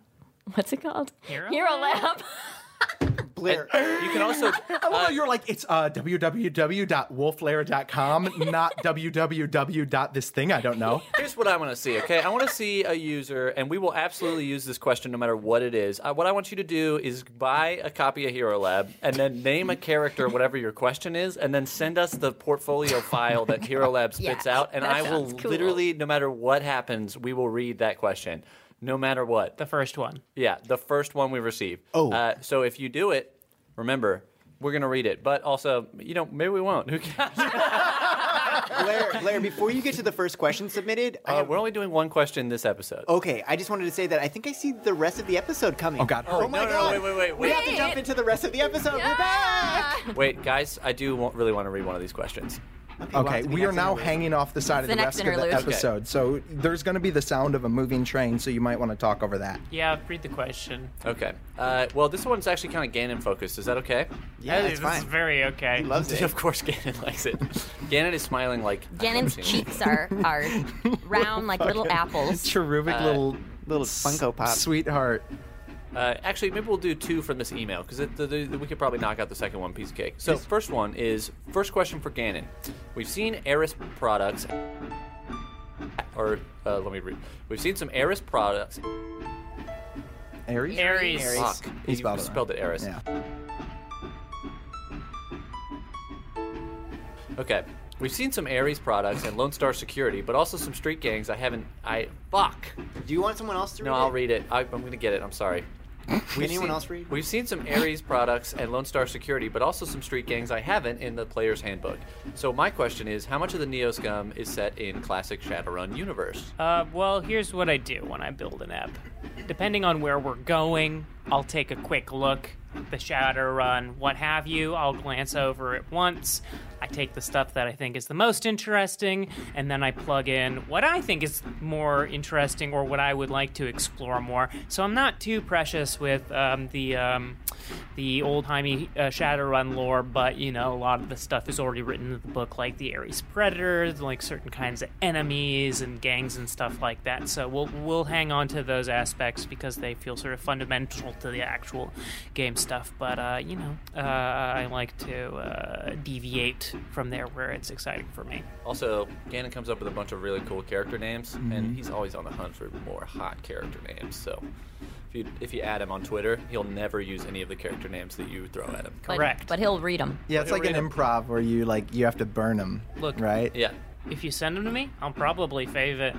F: what's it called? Hero, Lab.
C: Blair.
E: you can also
D: Oh, you're like it's uh, www.wolflayer.com, not www. This thing I don't know.
E: Here's what I want to see, okay? I want to see a user, and we will absolutely use this question no matter what it is. Uh, what I want you to do is buy a copy of Hero Lab and then name a character, whatever your question is, and then send us the portfolio file that Hero Lab spits
F: Yeah,
E: out, and
F: that
E: I will
F: sounds cool.
E: literally, no matter what happens, we will read that question. No matter what.
G: the first one.
E: Yeah, the first one we receive. Oh. Uh, so if you do it, remember, we're going to read it. But also, you know, maybe we won't. Who cares?
C: Blair, Blair, before you get to the first question submitted, I
E: Uh,
C: have-
E: we're only doing one question this episode.
C: Okay, I just wanted to say that I think I see the rest of the episode coming. Oh
D: God.
C: Oh,
D: Hurry.
C: my
E: no, no,
C: god.
E: wait, wait, wait,
C: We have to
F: wait.
C: jump into the rest of the episode. We're back.
E: Wait, guys, I do want, really want to read one of these questions.
D: Okay, we are now hanging off the side of
F: the
D: the
F: next
D: rest of the
F: interlude. Okay.
D: episode, so there's going to be the sound of a moving train, so you might want to talk over that.
G: Yeah, read the question.
E: Okay. Uh, well, this one's actually kind of Ganon focused. Is that okay?
G: Hey,
C: Yeah,
G: this
C: it's
G: is
C: fine.
G: very okay.
C: Loves it.
E: Of course, Ganon likes it. Ganon is smiling like I've never
F: Ganon's
E: seen him.
F: cheeks are, are round like little apples.
D: Cherubic little
C: Little Funko Pop.
D: sweetheart.
E: Uh, actually, maybe we'll do two from this email because we could probably knock out the second one piece of cake. So, first one is first question for Gannon. We've seen Eris products, or uh, let me read. We've seen some Eris products.
D: Aries?
G: Aries.
E: Fuck,
D: He
E: you
D: spelled it
E: spelled,
D: wrong.
E: it Eris.
D: Yeah.
E: Okay. We've seen some Ares products and Lone Star Security, but also some street gangs I haven't. I. Fuck!
C: Do you want someone else to
E: No,
C: read
E: I'll
C: it?
E: read it. I, I'm going to get it. I'm sorry.
C: Can anyone else read?
E: We've seen some Ares products and Lone Star Security, but also some street gangs I haven't in the player's handbook. So my question is, how much of the Neo Scum is set in classic Shadowrun universe?
G: Uh, well, here's what I do when I build an app. Depending on where we're going, I'll take a quick look, the shadow run, what have you. I'll glance over it once. I take the stuff that I think is the most interesting, and then I plug in what I think is more interesting or what I would like to explore more. So I'm not too precious with um, the um, the old timey uh, Shadowrun lore, but you know a lot of the stuff is already written in the book, like the Ares predators, like certain kinds of enemies and gangs and stuff like that. So we'll we'll hang on to those aspects because they feel sort of fundamental to the actual game stuff. But uh, you know, uh, I like to uh, deviate from there where it's exciting for me.
E: Also, Ganon comes up with a bunch of really cool character names, and he's always on the hunt for more hot character names. So if you if you add him on Twitter, he'll never use any of the character names that you throw at him.
F: But,
G: Correct.
F: But he'll read them.
D: Yeah, it's like an improv where you like you have to burn them.
G: Look.
D: right?
E: Yeah.
G: If you send them to me, I'll probably fave it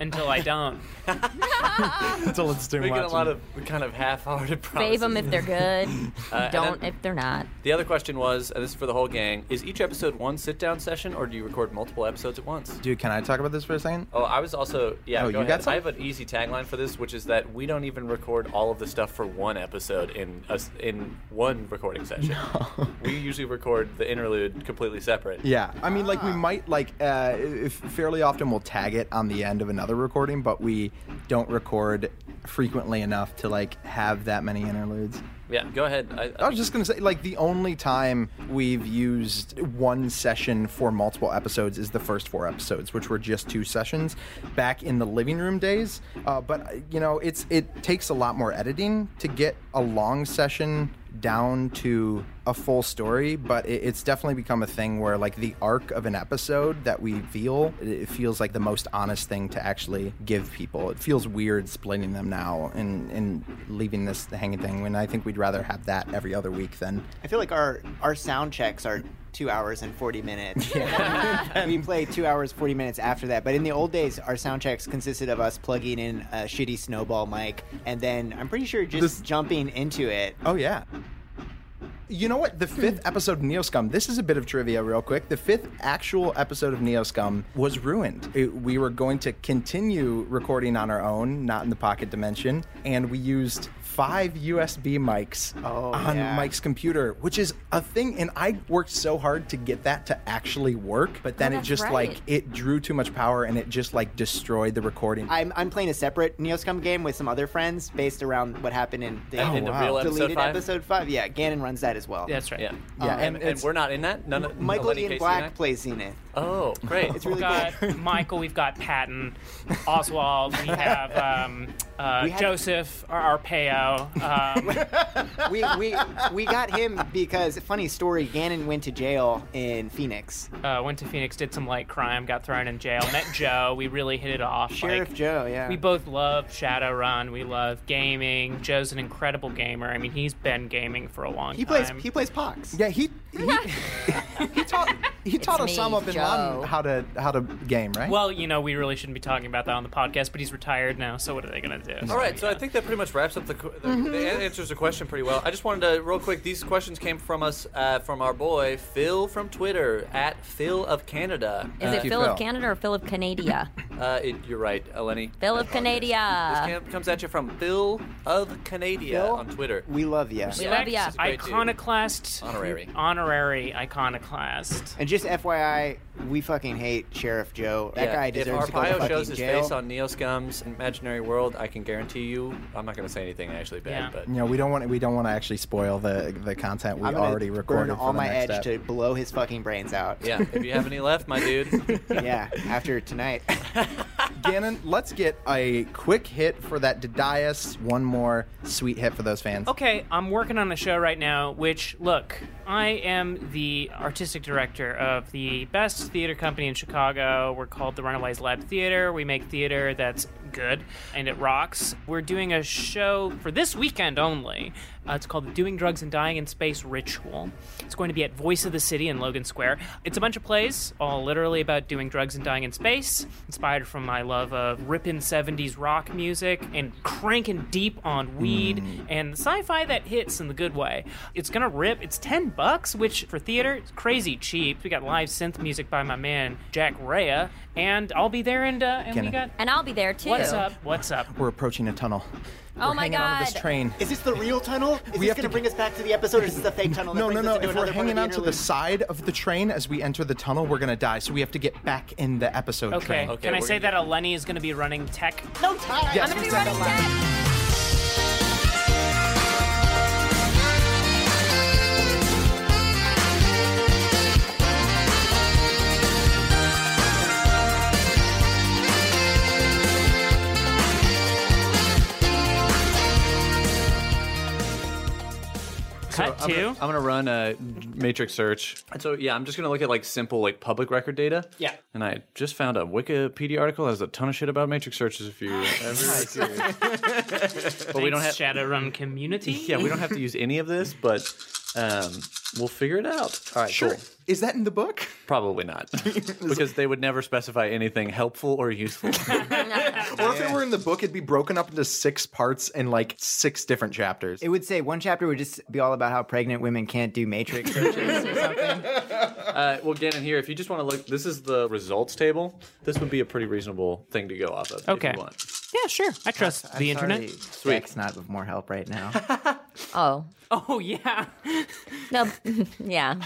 G: until I don't.
D: Until it's too
E: We
D: much.
E: get a lot of kind of half-hearted
F: Save
E: promises.
F: them if they're good.
D: Uh,
E: and
F: Don't
E: then-
F: if they're not.
E: The other question was, and this is for the whole gang, is each episode one sit-down session, or do you record multiple episodes at once?
D: Dude, can I talk about this for a second?
E: Oh, I was also yeah.
D: Oh,
E: go
D: you
E: ahead.
D: got
E: I
D: some?
E: have an easy tagline for this, which is that we don't even record all of the stuff for one episode in us in one recording session. We usually record the interlude completely separate.
D: Yeah, I mean,
E: Ah.
D: like we might like uh, if fairly often we'll tag it on the end of another recording, but we don't record frequently enough to like have that many interludes.
E: Yeah, go ahead. I,
D: I was just gonna say, like the only time we've used one session for multiple episodes is the first four episodes, which were just two sessions back in the living room days. Uh, but uh, you know, it's it takes a lot more editing to get a long session down to a full story, but it, it's definitely become a thing where like the arc of an episode that we feel it, it feels like the most honest thing to actually give people. It feels weird splitting them now and and leaving this hanging thing when I think we'd rather have that every other week than
C: I feel like our our sound checks are two hours and forty minutes. we play two hours forty minutes after that. But in the old days, our sound checks consisted of us plugging in a shitty snowball mic, and then I'm pretty sure just
D: This-
C: jumping into it.
D: Oh yeah. You know what? The fifth episode of Neo Scum. This is a bit of trivia, real quick. The fifth actual episode of Neo Scum was ruined. It- we were going to continue recording on our own, not in the pocket dimension, and we used five USB mics
C: Oh,
D: on
C: yeah.
D: Mike's computer, which is a thing. And I worked so hard to get that to actually work, but then it
F: that's
D: just
F: right.
D: like it drew too much power and it just like destroyed the recording.
C: I'm, I'm playing a separate Neoscum game with some other friends based around what happened in the,
E: In the
D: wow.
E: Oh, real episode
C: deleted
E: five?
C: episode five. Yeah, Ganon runs that as well.
G: That's right.
E: yeah. Um,
D: yeah,
E: And, and,
D: it's-
E: we're not in that. None. of-
C: Michael
E: Lenny
C: Ian
E: Casey
C: Black
E: and I?
C: plays Zenith.
E: Oh, great.
C: It's really
G: We've
C: good.
G: got Michael, we've got Patton, Oswald, we have um, uh,
C: We had-
G: Joseph, our Arpeo. Um,
C: we, we we got him because funny story. Ganon went to jail in Phoenix.
G: uh, went to Phoenix, did some light crime, got thrown in jail, met Joe. We really hit it off.
C: Sheriff
G: like,
C: Joe. Yeah.
G: We both love Shadowrun. We love gaming. Joe's an incredible gamer. I mean, he's been gaming for a long
C: he plays
G: time.
C: he plays Pox.
D: Yeah, he he, he taught he taught
F: me,
D: Osama bin
F: Joe.
D: Laden how to how to game, right?
G: well, you know, we really shouldn't be talking about that on the podcast, but he's retired now, so what are they going to do?
E: All right, so I think that pretty much wraps up the, qu- the,
D: Mm-hmm.
E: the an- answers the question pretty well. I just wanted to real quick. These questions came from us uh, from our boy Phil from Twitter at Phil of Canada.
F: Is
E: Uh,
F: it
D: you,
F: Phil of
D: Phil.
F: Canada or Phil of Canada?
E: Uh, it, you're right, Eleni.
F: Phil of
C: Uh,
E: This
F: Canada.
E: camp comes at you from Phil of Canadia
C: Phil?
E: on Twitter.
C: We love you.
F: We love
E: Great
F: ya.
E: dude.
G: Iconoclast.
E: Honorary.
G: Honorary iconoclast.
C: And just FYI, we fucking hate Sheriff Joe. That
E: Yeah,
C: guy deserves to
E: if
C: go to
E: Arpaio
C: fucking
E: shows his
C: jail.
E: face on Neoscum's Imaginary World, I can guarantee you, I'm not going to say anything actually bad,
G: Yeah.
E: but
D: You know, we don't want we don't want to actually spoil the the content we
C: I'm gonna
D: already
C: burn
D: recorded.
C: all
D: for the
C: my
D: next
C: edge
D: step.
C: to blow his fucking brains out.
E: yeah, if you have any left, my dude,
C: yeah. After tonight,
D: Gannon, let's get a quick hit for that Dadias. One more sweet hit for those fans.
G: Okay, I'm working on a show right now, which, look, I am the artistic director of the best theater company in Chicago. We're called the Runaways Lab Theater. We make theater that's good and it rocks. We're doing a show for this weekend only. Uh, it's called the Doing Drugs and Dying in Space Ritual. It's going to be at Voice of the City in Logan Square. It's a bunch of plays, all literally about doing drugs and dying in space, inspired from my love of ripping 70s rock music and cranking deep on weed and sci-fi that hits in the good way. It's gonna rip. It's 10 bucks, which for theater, it's crazy cheap. We got live synth music by my man Jack Rea, and I'll be there and, uh, and we
D: Kenna.
G: got...
F: And I'll be there too.
G: What's up? What's up?
D: We're approaching a tunnel.
F: Oh
D: We're
F: my
D: hanging onto this
F: God.
D: train.
I: Is this the real tunnel?
D: We
I: Is this
D: have
I: going to
D: to-
I: bring us back to the episode, or is this a fake tunnel? That
D: No, no,
I: brings
D: no.
I: Us into
D: If we're
I: another part of
D: hanging
I: the
D: onto the
I: interlude?
D: side of the train as we enter the tunnel, we're gonna die. So we have to get back in the episode
G: Okay.
D: train.
G: Can I
E: we're
G: say
E: gonna
G: that Eleni is gonna be running tech?
I: No time.
D: Yes,
F: I'm
D: we
F: gonna be
D: said that
F: running
D: last-
F: tech.
G: Cut
E: I'm gonna-
G: to...
E: I'm gonna run a matrix search. And so yeah, I'm just gonna look at like simple like public record data.
G: Yeah.
E: And I just found a Wikipedia article that has a ton of shit about matrix searches. If you, ever but we don't have
G: Shadowrun community.
E: yeah, we don't have to use any of this, but um, we'll figure it out. All right,
D: Sure.
E: cool.
D: Is that in the book?
E: Probably not, because they would never specify anything helpful or useful.
D: Or if it were in the book, it'd be broken up into six parts and like six different chapters.
C: it would say one chapter would just be all about how pregnant women can't do matrix searches or something.
E: Uh, well, Gannon, here, if you just want to look, this is the results table. This would be a pretty reasonable thing to go off of. if you
G: Okay.
E: want.
G: Yeah, sure. I trust the internet.
C: Sweet. not with more help right now.
F: Oh
G: Oh yeah.
F: no, yeah.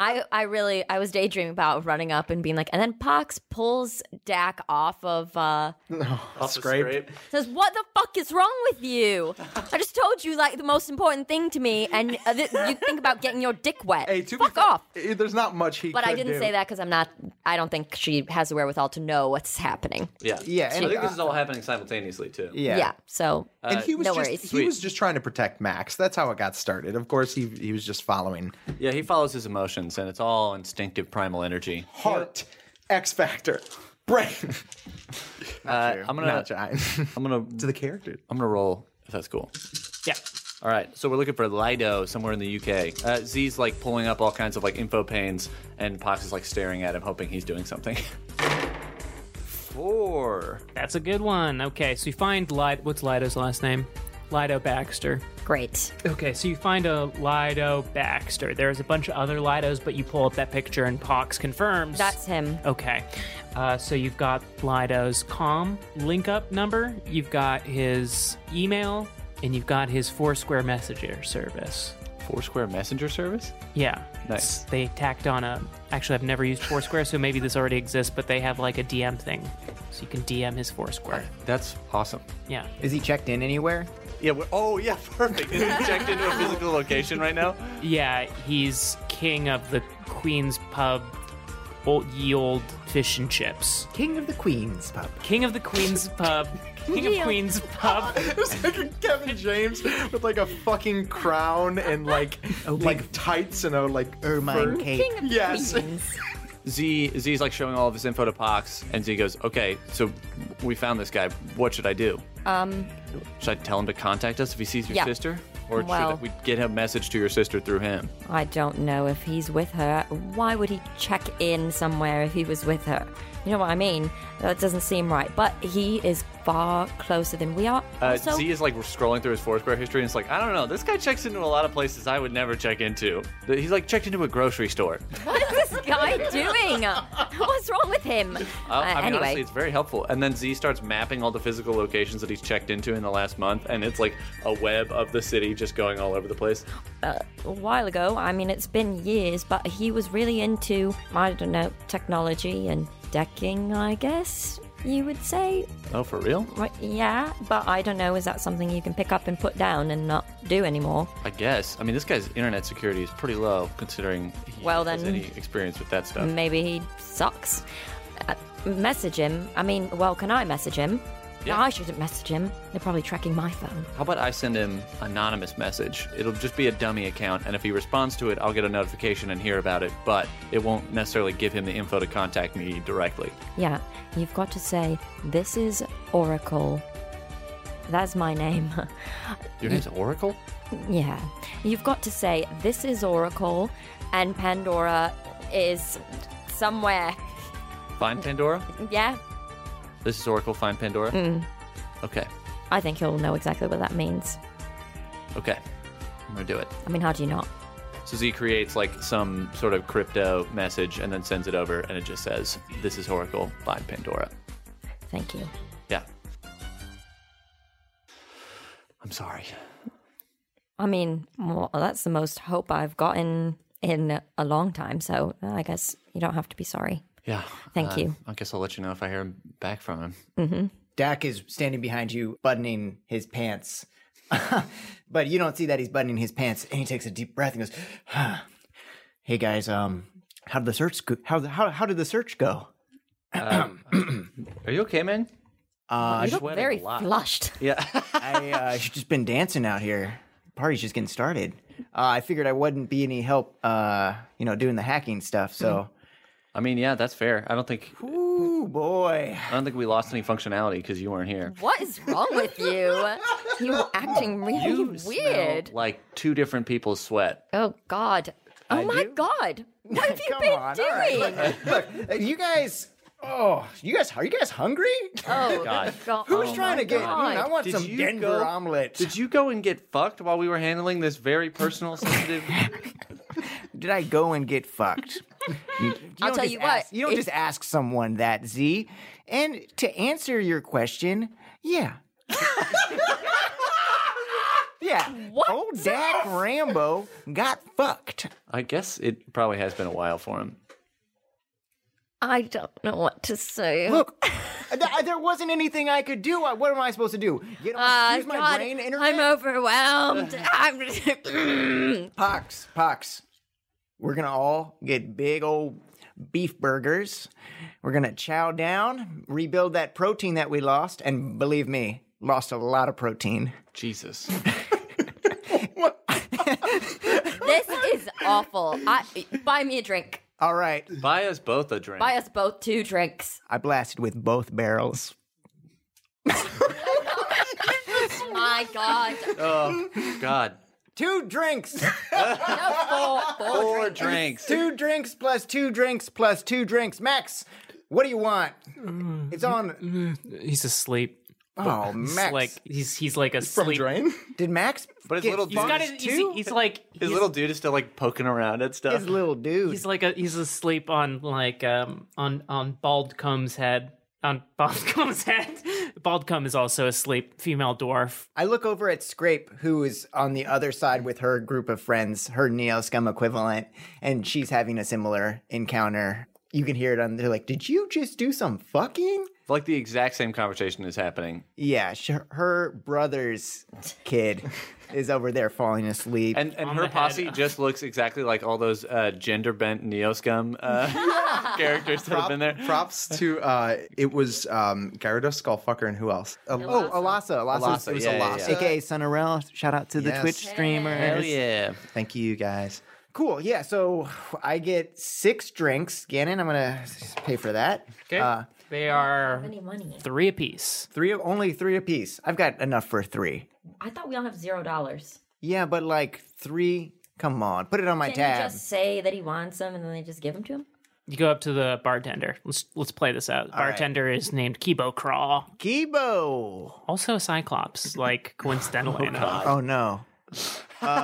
F: I I really I was daydreaming about running up and being like, and then Pox pulls Dak off of. uh
E: Off the
D: Scrape.
E: scrape.
F: Says, what the fuck is wrong with you? I just told you like the most important thing to me, and uh, th- you think about getting your dick wet.
D: Hey, to be
F: fuck
D: fair,
F: off.
D: eh, There's not much he.
F: But I
D: could
F: didn't
D: do.
F: say that because I'm not. I don't think she has the wherewithal to know what's happening.
E: Yeah.
D: Yeah,
E: So
D: and
E: I think this is all happening simultaneously too.
F: Yeah.
D: Yeah.
F: so
D: And he was
F: no
D: just
F: worries.
D: he was just trying to protect Max. That's how it got started. Of course, he he was just following
E: Yeah, he follows his emotions, and it's all instinctive primal energy.
D: heart, X factor, brain.
E: Uh, I'm gonna
D: Not giant.
E: I'm gonna
D: to the character.
E: I'm gonna roll if that's cool.
G: Yeah.
E: All right, so we're looking for Lido somewhere in the UK. Uh, Z's like pulling up all kinds of like info panes, and Pox is like staring at him, hoping he's doing something. Four.
G: That's a good one. Okay, so you find Lido. What's Lido's last name? Lido Baxter.
F: Great.
G: Okay, so you find a Lido Baxter. There's a bunch of other Lidos, but you pull up that picture and Pox confirms.
F: That's him.
G: Okay. Uh, so you've got Lido's com link up number, you've got his email, and you've got his Foursquare Messenger service.
E: Foursquare messenger service.
G: Yeah.
E: Nice.
G: They tacked on a. Actually, I've never used Foursquare, so maybe this already exists, but they have like a DM thing. So you can DM his Foursquare.
E: That's awesome.
G: Yeah.
C: Is he checked in anywhere?
E: Yeah. We're, oh, yeah. Perfect. Is he checked into a physical location right now?
G: Yeah, he's king of the Queen's Pub, old ye old fish and chips.
C: King of the Queens pub.
G: King of the Queen's Pub. King of Queen's Pub.
D: It's like Kevin James with like a fucking crown and like like tights and a like
C: Oh, Ermine
D: fur.
C: Kate.
F: King of
D: Yes.
F: Queens.
E: Z Z's like showing all of his info to Pox, and Z goes, "Okay, so we found this guy. What should I do?
F: Um,
E: Should I tell him to contact us if he sees your
F: Yeah.
E: sister, or
F: Well-
E: should we get a message to your sister through him?
F: I don't know if he's with her. Why would he check in somewhere if he was with her? You know what I mean? That doesn't seem right. But he is far closer than we are.
E: Uh,
F: also,
E: Z is like scrolling through his Foursquare history, and it's like, I don't know, this guy checks into a lot of places I would never check into. Th- He's like checked into a grocery store.
F: what is this guy doing? What's wrong with him? Uh,
E: I- I mean,
F: anyway,
E: honestly, it's very helpful. And then Z starts mapping all the physical locations that he's checked into in the last month, and it's like a web of the city just going all over the place.
F: a while ago, I mean, it's been years, but he was really into, I don't know, technology and decking, I guess you would say.
E: Oh, for real?
F: Right, yeah, but I don't know, is that something you can pick up and put down and not do anymore?
E: I guess. I mean, this guy's internet security is pretty low considering he
F: Well,
E: has
F: then-
E: any experience with that stuff.
F: Maybe he sucks. Uh, message him. I mean, well, can I message him? No,
E: Yeah.
F: I shouldn't message him. They're probably tracking my phone.
E: How about I send him anonymous message? It'll just be a dummy account, and if he responds to it, I'll get a notification and hear about it, but it won't necessarily give him the info to contact me directly.
F: Yeah, you've got to say, this is Oracle. That's my name.
E: Your name's Oracle?
F: yeah. You've got to say, this is Oracle, and Pandora is somewhere.
E: Find Pandora?
F: Yeah,
E: This is Oracle, find Pandora?
F: Mm-hmm.
E: Okay,
F: I think you'll know exactly what that means.
E: okay. I'm gonna do it.
F: I mean, how do you not?
E: So Z creates like some sort of crypto message and then sends it over, and it just says, This is Oracle, find Pandora.
F: Thank you.
E: Yeah. I'm sorry.
F: I mean, well, that's the most hope I've gotten in a long time, so I guess you don't have to be sorry.
E: Yeah. Uh,
F: Thank you.
E: I guess I'll let you know if I hear back from him.
C: Dak is standing behind you, buttoning his pants. but you don't see that he's buttoning his pants, and he takes a deep breath and goes, "Hey guys, um, how did the search go? How how how did the search go?
E: Are you okay, man?
C: Uh,
F: you look very flushed.
C: I uh, she's just been dancing out here. Party's just getting started. Uh, I figured I wouldn't be any help, uh, you know, doing the hacking stuff. So,
E: I mean, yeah, that's fair. I don't think
C: ooh boy,
E: I don't think we lost any functionality because you weren't here.
F: What is wrong with you? You're acting really
E: You smell
F: weird.
E: like two different people's sweat.
F: Oh God. Oh my God. What have you
C: Come
F: been
C: on, all right.
F: doing?
C: look, uh, you guys. Oh, you guys, are you guys hungry?
F: Oh
E: God.
F: God.
C: Who's
F: Oh,
C: trying
F: my
C: to get?
F: God.
C: I want
E: Did
C: some
E: you
C: Denver
E: go-
C: omelet.
E: Did you go and get fucked while we were handling this very personal, sensitive?
C: did I go and get fucked? You don't
F: tell
C: just
F: you what,
C: ask- you don't
F: if-
C: just ask someone that, Z. And to answer your question, yeah. yeah.
F: What?
C: Old Dak Rambo got fucked.
E: I guess it probably has been a while for him.
F: I don't know what to say.
C: Look, th- there wasn't anything I could do. I- What am I supposed to do? You know,
F: Uh,
C: use my
F: God,
C: brain internet?
F: I'm overwhelmed. I'm Mm.
C: Pox, Pox. We're gonna all get big old beef burgers. We're gonna chow down, rebuild that protein that we lost, and believe me, lost a lot of protein.
E: Jesus.
F: this is awful. I, buy me a drink.
C: All right,
E: Buy us both a drink.
F: Buy us both two drinks.
C: I blasted with both barrels.
F: My God.
E: oh God.
C: Two drinks,
F: Four, four
E: Four drinks.
C: two drinks plus two drinks plus two drinks. Max, what do you want? It's
E: Mm.
C: on.
G: He's asleep.
C: Oh, Max.
G: Like he's he's like asleep.
D: drain.
C: did Max?
E: But his
C: get
E: little
G: He's got
E: Bonus
G: it. He's, he's like
E: His
G: he's,
E: little dude is still like poking around at stuff.
C: his little dude.
G: he's like a, he's asleep on like um on on Bald Comb's head on Bald Comb's head. Bald Comb is also asleep. Female dwarf.
C: I look over at Scrape, who is on the other side with her group of friends, her Neo Scum equivalent, and she's having a similar encounter. You can hear it on. They're like, "Did you just do some fucking?"
E: Like the exact same conversation is happening.
C: Yeah, sh- her brother's kid is over there falling asleep.
E: And and her
G: the head.
E: posse just looks exactly like all those uh, gender bent neo scum uh, characters that have been there.
D: Props to uh, it was um, Gyarados, Skullfucker, and who else? Uh,
C: oh, Alasa, Alasa,
D: Alasa, yeah, yeah, yeah.
C: aka Sunarel. Shout out to the
D: Yes.
C: Twitch streamers.
E: Hell yeah!
D: thank you guys.
C: Cool. Yeah. So I get six drinks. Gannon, I'm gonna pay for that.
G: Okay.
C: Uh,
G: they are
F: Any money?
G: three apiece.
C: three, only three apiece. I've got enough for three.
F: I thought we all have zero dollars.
C: Yeah, but like three. Come on, put it on my
F: Can
C: tab.
F: you just say that he wants them and then they just give them to him?
G: You go up to the bartender. Let's let's play this out.
C: right.
G: bartender is named Kibo Craw,
C: Kibo.
G: also a Cyclops, like coincidentally enough.
C: Oh no.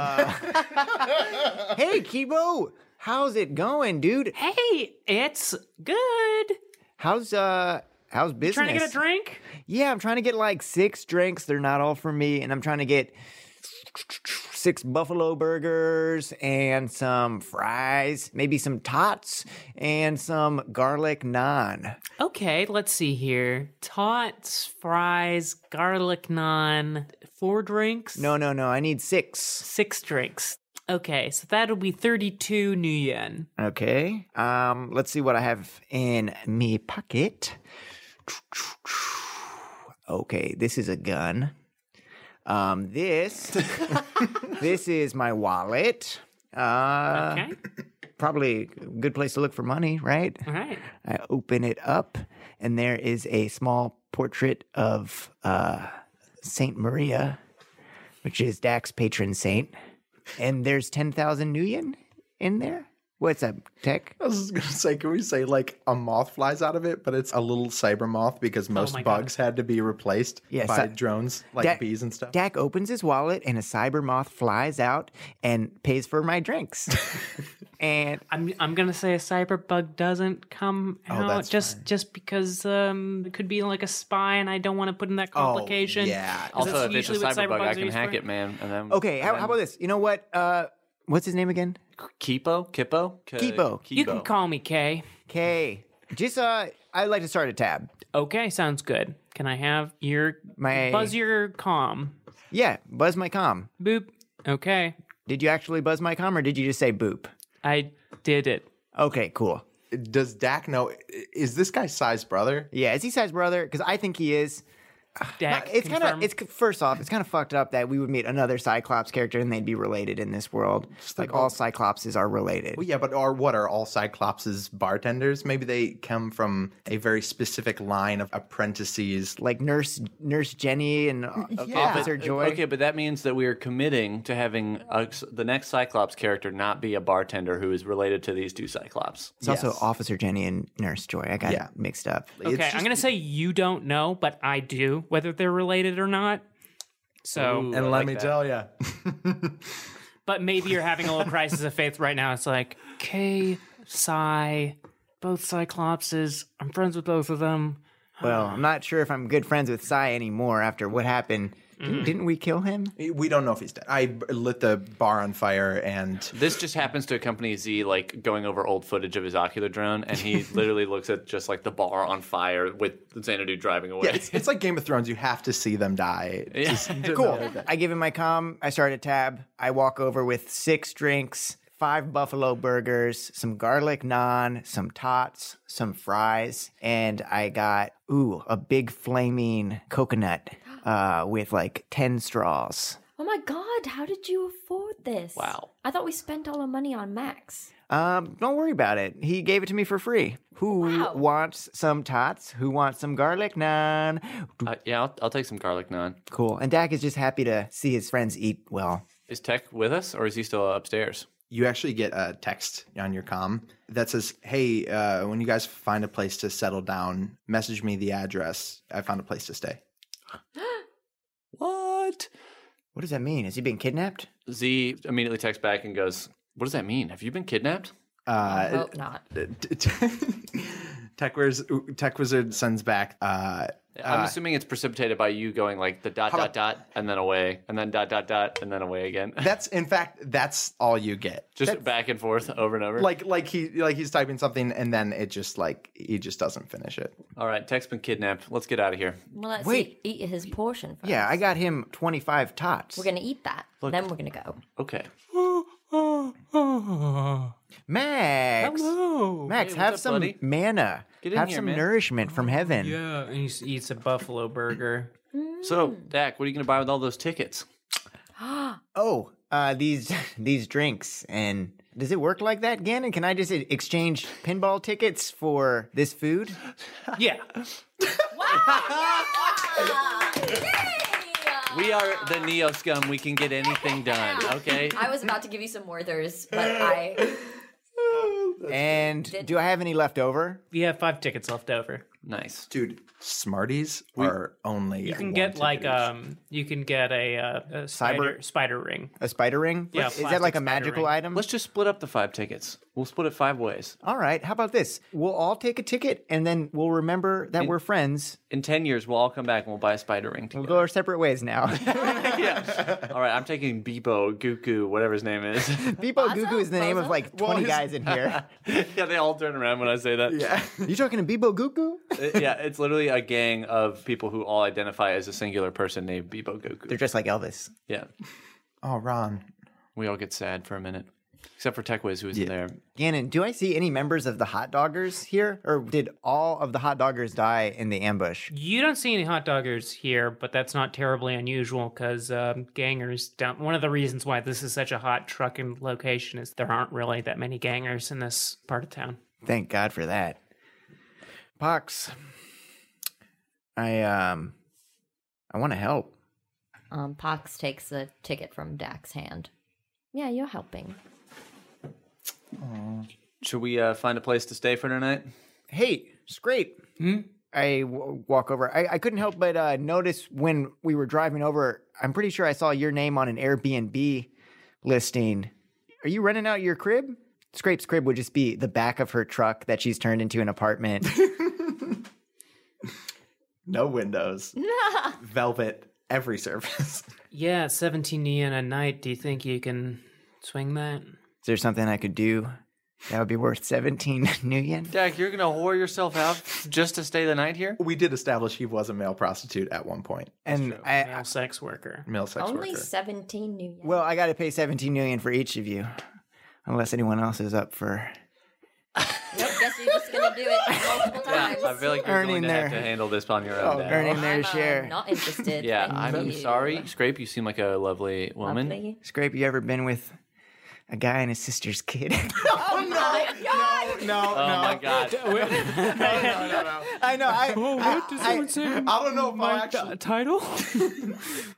C: Uh, hey Kibo, how's it going, dude?
G: Hey, it's good.
C: How's uh how's business?
G: Trying to get a drink?
C: Yeah, I'm trying to get like six drinks. They're not all for me, and I'm trying to get six buffalo burgers and some fries, maybe some tots and some garlic naan.
G: Okay, let's see here. Tots, fries, garlic naan, four drinks.
C: No, no, no. I need six.
G: six drinks. Okay, so that'll be thirty-two new yen.
C: Okay. Um, let's see what I have in me pocket. Okay, this is a gun. Um, this this is my wallet. Uh,
G: Okay,
C: probably a good place to look for money, right?
G: all right.
C: I open it up, and there is a small portrait of uh, Saint Maria, which is Dak's patron saint. And there's 10,000 nuyen in there. What's up, Tech?
D: I was just gonna say, can we say like a moth flies out of it, but it's a little cyber moth because most
G: Oh my God.
D: bugs had to be replaced
C: Yeah,
D: by
C: cy-
D: drones, like
C: Dak-
D: bees and stuff.
C: Dak opens his wallet, and a cyber moth flies out and pays for my drinks. and
G: I'm I'm gonna say a cyberbug doesn't come out
D: that's
G: just just because um it could be like a spy and I don't want to put in that complication.
D: yeah.
G: 'Cause
E: Also,
G: that's
E: if it's a
G: usually what
E: cyberbug, I
G: cyberbugs are
E: can
G: used
E: hack
G: for.
E: it, man. And then
C: okay, how, how about this? You know what? Uh, what's his name again?
E: Kipo? Kippo? K-
C: Kipo.
G: You can call me Kay.
C: Kay. Just uh, I'd like to start a tab.
G: Okay, sounds good. Can I have your
C: My
G: buzz your com?
C: yeah, buzz my com.
G: Boop. Okay,
C: Did you actually buzz my com, or did you just say boop?
G: I did it.
C: Okay, cool.
D: Does Dak know? Is this guy's size brother?
C: Yeah, is he size brother? Because I think he is.
G: Dak,
C: It's kind
G: confirm.
C: of it's first off, it's kind of fucked up that we would meet another Cyclops character and they'd be related in this world. Like all Cyclopses are related.
D: Well, yeah, but are what are all Cyclopses bartenders? Maybe they come from a very specific line of apprentices.
C: Like Nurse Nurse Jenny and uh, Officer Joy.
E: Okay, but that means that we are committing to having a, the next Cyclops character not be a bartender who is related to these two Cyclops.
C: It's also Officer Jenny and Nurse Joy. I got
D: Yeah.
C: it mixed up.
G: Okay, I'm gonna say you don't know, but I do, whether they're related or not. So,
E: Ooh, I like that.
D: tell you,
G: but maybe you're having a little crisis of faith right now. It's like K, Psy, both Cyclopses. I'm friends with both of them.
C: Well, I'm not sure if I'm good friends with Sai anymore after what happened. Didn't- Didn't we kill him?
D: we don't know if he's dead. I b- lit the bar on fire, and
E: This just happens to accompany Z like going over old footage of his ocular drone, and he literally looks at just like the bar on fire with Xanadu driving away.
D: yeah, it's, it's like Game of Thrones. You have to see them die. Just-
C: Cool. I give him my com. I start a tab. I walk over with six drinks, five buffalo burgers, some garlic naan, some tots, some fries, and I got ooh a big flaming coconut uh, with like ten straws.
F: Oh my god, how did you afford this?
E: Wow.
F: I thought we spent all our money on Max.
C: Um, don't worry about it. He gave it to me for free. Who
F: Wow.
C: wants some tots? Who wants some garlic naan?
E: Uh, yeah, I'll, I'll take some garlic naan.
C: Cool. And Dak is just happy to see his friends eat well.
E: Is Tech with us, or is he still upstairs?
D: you actually get a text on your com that says, "Hey, uh, when you guys find a place to settle down, message me the address. I found a place to stay."
E: What?
C: What does that mean? Has he been kidnapped?
E: Z immediately texts back and goes, "What does that mean? Have you been kidnapped?"
D: Uh,
F: Hope not.
D: t- t- Tech, Wiz- Tech Wizard sends back. Uh,
E: I'm assuming it's precipitated by you going like the dot dot dot and then away and then dot dot dot and then away again,
D: that's in fact that's all you get.
E: just back and forth over and over.
D: Like like he like he's typing something and then it just like he just doesn't finish it.
E: all right, Tech's been kidnapped. Let's get out of here.
F: Well, let's
C: Wait.
F: Eat, eat his portion first.
C: Yeah, I got him 25 tots.
F: We're gonna eat that. Then we're gonna go.
E: Okay.
C: Max.
G: Hello.
C: Max,
E: Hey, what's
C: have
E: up,
C: some
E: buddy?
C: manna.
E: in
C: have
E: here,
C: some
E: man.
C: nourishment from heaven.
G: Yeah, and he s- eats a buffalo burger.
E: So Dak, what are you gonna buy with all those tickets?
C: Oh, uh, these these drinks and does it work like that, Gannon? Can I just e- exchange pinball tickets for this food?
G: Yeah,
F: uh,
E: We are the Neo Scum. We can get anything done. Okay.
F: I was about to give you some Werthers, but I
C: And do I have any left over?
G: You have five tickets left over.
E: Nice.
D: Dude, Smarties are only.
G: You can get like um, you can get a, uh, a spider spider ring.
C: A spider ring?
G: Yeah,
C: Is that like
G: plastic
C: a
G: spider
C: magical
G: ring.
C: item?
E: Let's just split up the five tickets. We'll split it five ways.
C: All right. How about this? We'll all take a ticket and then we'll remember that we're friends.
E: In ten years, we'll all come back and we'll buy a spider ring
C: We'll
E: together.
C: go our separate ways now.
E: yeah. All right, I'm taking Bebo, Guku, whatever his name is.
C: Beepo Gugu is the name of
F: Bozo?
C: like 20 guys in here.
E: yeah, they all turn around when I say that. Yeah.
C: you talking to Beepo Gugu?
E: yeah, it's literally a gang of people who all identify as a singular person named Bebo Goku.
C: They're just like Elvis.
E: yeah.
D: Oh, Ron.
E: We all get sad for a minute. Except for Techwiz, who isn't there.
C: Gannon, do I see any members of the hot doggers here? Or did all of the hot doggers die in the ambush?
G: You don't see any hot doggers here, but that's not terribly unusual because um, gangers don't. One of the reasons why this is such a hot trucking location is there aren't really that many gangers in this part of town.
C: Thank God for that. Pox, I um I want to help.
F: Um, Pox takes the ticket from Dak's hand. Yeah, you're helping.
E: Should we uh, find a place to stay for tonight?
C: Hey, Scrape. Hmm? I w- walk over. I, I couldn't help but uh, notice when we were driving over. I'm pretty sure I saw your name on an Airbnb listing. Are you renting out your crib? Scrape's crib would just be the back of her truck that she's turned into an apartment.
D: No windows. Velvet. Every surface.
G: Yeah, 17 yen a night. Do you think you can swing that?
C: Is there something I could do that would be worth 17 new yen?
E: Dak, you're going to whore yourself out just to stay the night here?
D: we did establish he was a male prostitute at one point.
C: And I,
G: Male sex worker.
D: Male sex
F: Only
D: worker.
F: 17 new yen.
C: Well, I got to pay 17 million for each of you. Unless anyone else is up for
F: Nope, guess you're just gonna do it multiple times.
E: I feel like you're
C: Earning
E: going to have to
C: there.
E: handle this on your own, Dak.
C: earning their
F: I'm, uh,
C: share.
F: not interested.
E: Yeah,
F: Thank
E: I'm
F: you.
E: sorry. Scrape, you seem like a lovely woman.
F: Lovely.
C: Scrape, you ever been with a guy and his sister's kid?
D: no,
E: Oh my god.
C: I know. I,
H: Oh, what does someone say?
D: I don't know if I actually.
H: title?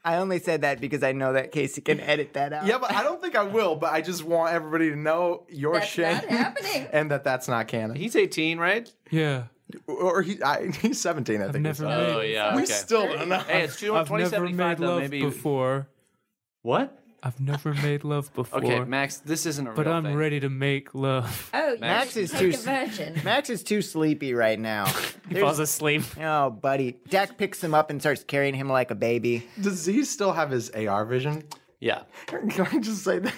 C: I only said that because I know that Casey can edit that out.
D: Yeah, but I don't think I will. But I just want everybody to know your
F: That's
D: shame
F: not happening.
D: and that that's not canon.
E: He's 18, right?
H: Yeah.
D: or he, I, he's seventeen, I think.
H: never
D: he's-
H: met-
E: Oh, yeah.
D: we
E: okay.
D: still don't know.
E: Hey, it's
H: I've never
E: 2075
H: made
E: though.
H: love
E: Maybe
H: before.
E: what?
H: I've never made love before.
E: Okay, Max, this isn't a
H: but
E: real
H: I'm
E: thing.
H: ready to make love.
F: Oh,
E: Max
F: Max
C: is
F: is
C: too
F: take a
C: s-
F: virgin.
C: Max is too sleepy right now.
G: He falls asleep.
C: Oh, buddy. Dak picks him up and starts carrying him like a baby.
D: Does he still have his AR vision?
E: Yeah.
D: Can I just say that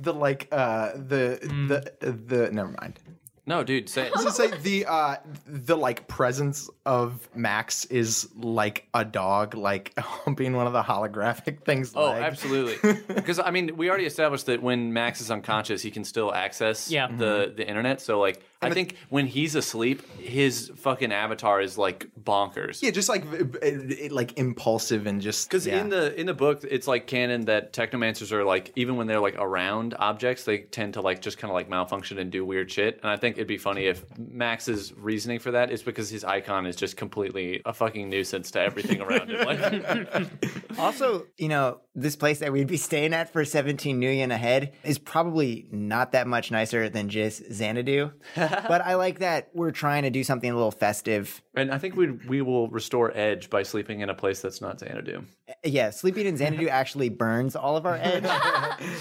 D: the like uh the
E: Hmm.
D: the the never mind.
E: No, dude, say it.
D: Just say the uh the like presence of Max is like a dog like humping one of the holographic things.
E: Oh, absolutely. Because I mean, we already established that when Max is unconscious, he can still access
G: Yeah.
E: the
H: Mm-hmm.
E: the internet. So like, I think when he's asleep, his fucking avatar is like bonkers.
D: Yeah, just like it, it- like impulsive and just
E: Because
D: yeah.
E: in the in the book, it's like canon that technomancers are like even when they're like around objects, they tend to like just kind of like malfunction and do weird shit. And I think it'd be funny if Max's reasoning for that is because his icon is just completely a fucking nuisance to everything around him. Like,
C: Also, you know, this place that we'd be staying at for 17 new yen ahead is probably not that much nicer than just Xanadu. but I like that we're trying to do something a little festive.
E: and I think we we will restore edge by sleeping in a place that's not Xanadu
C: Yeah, sleeping in Xanadu actually burns all of our edge.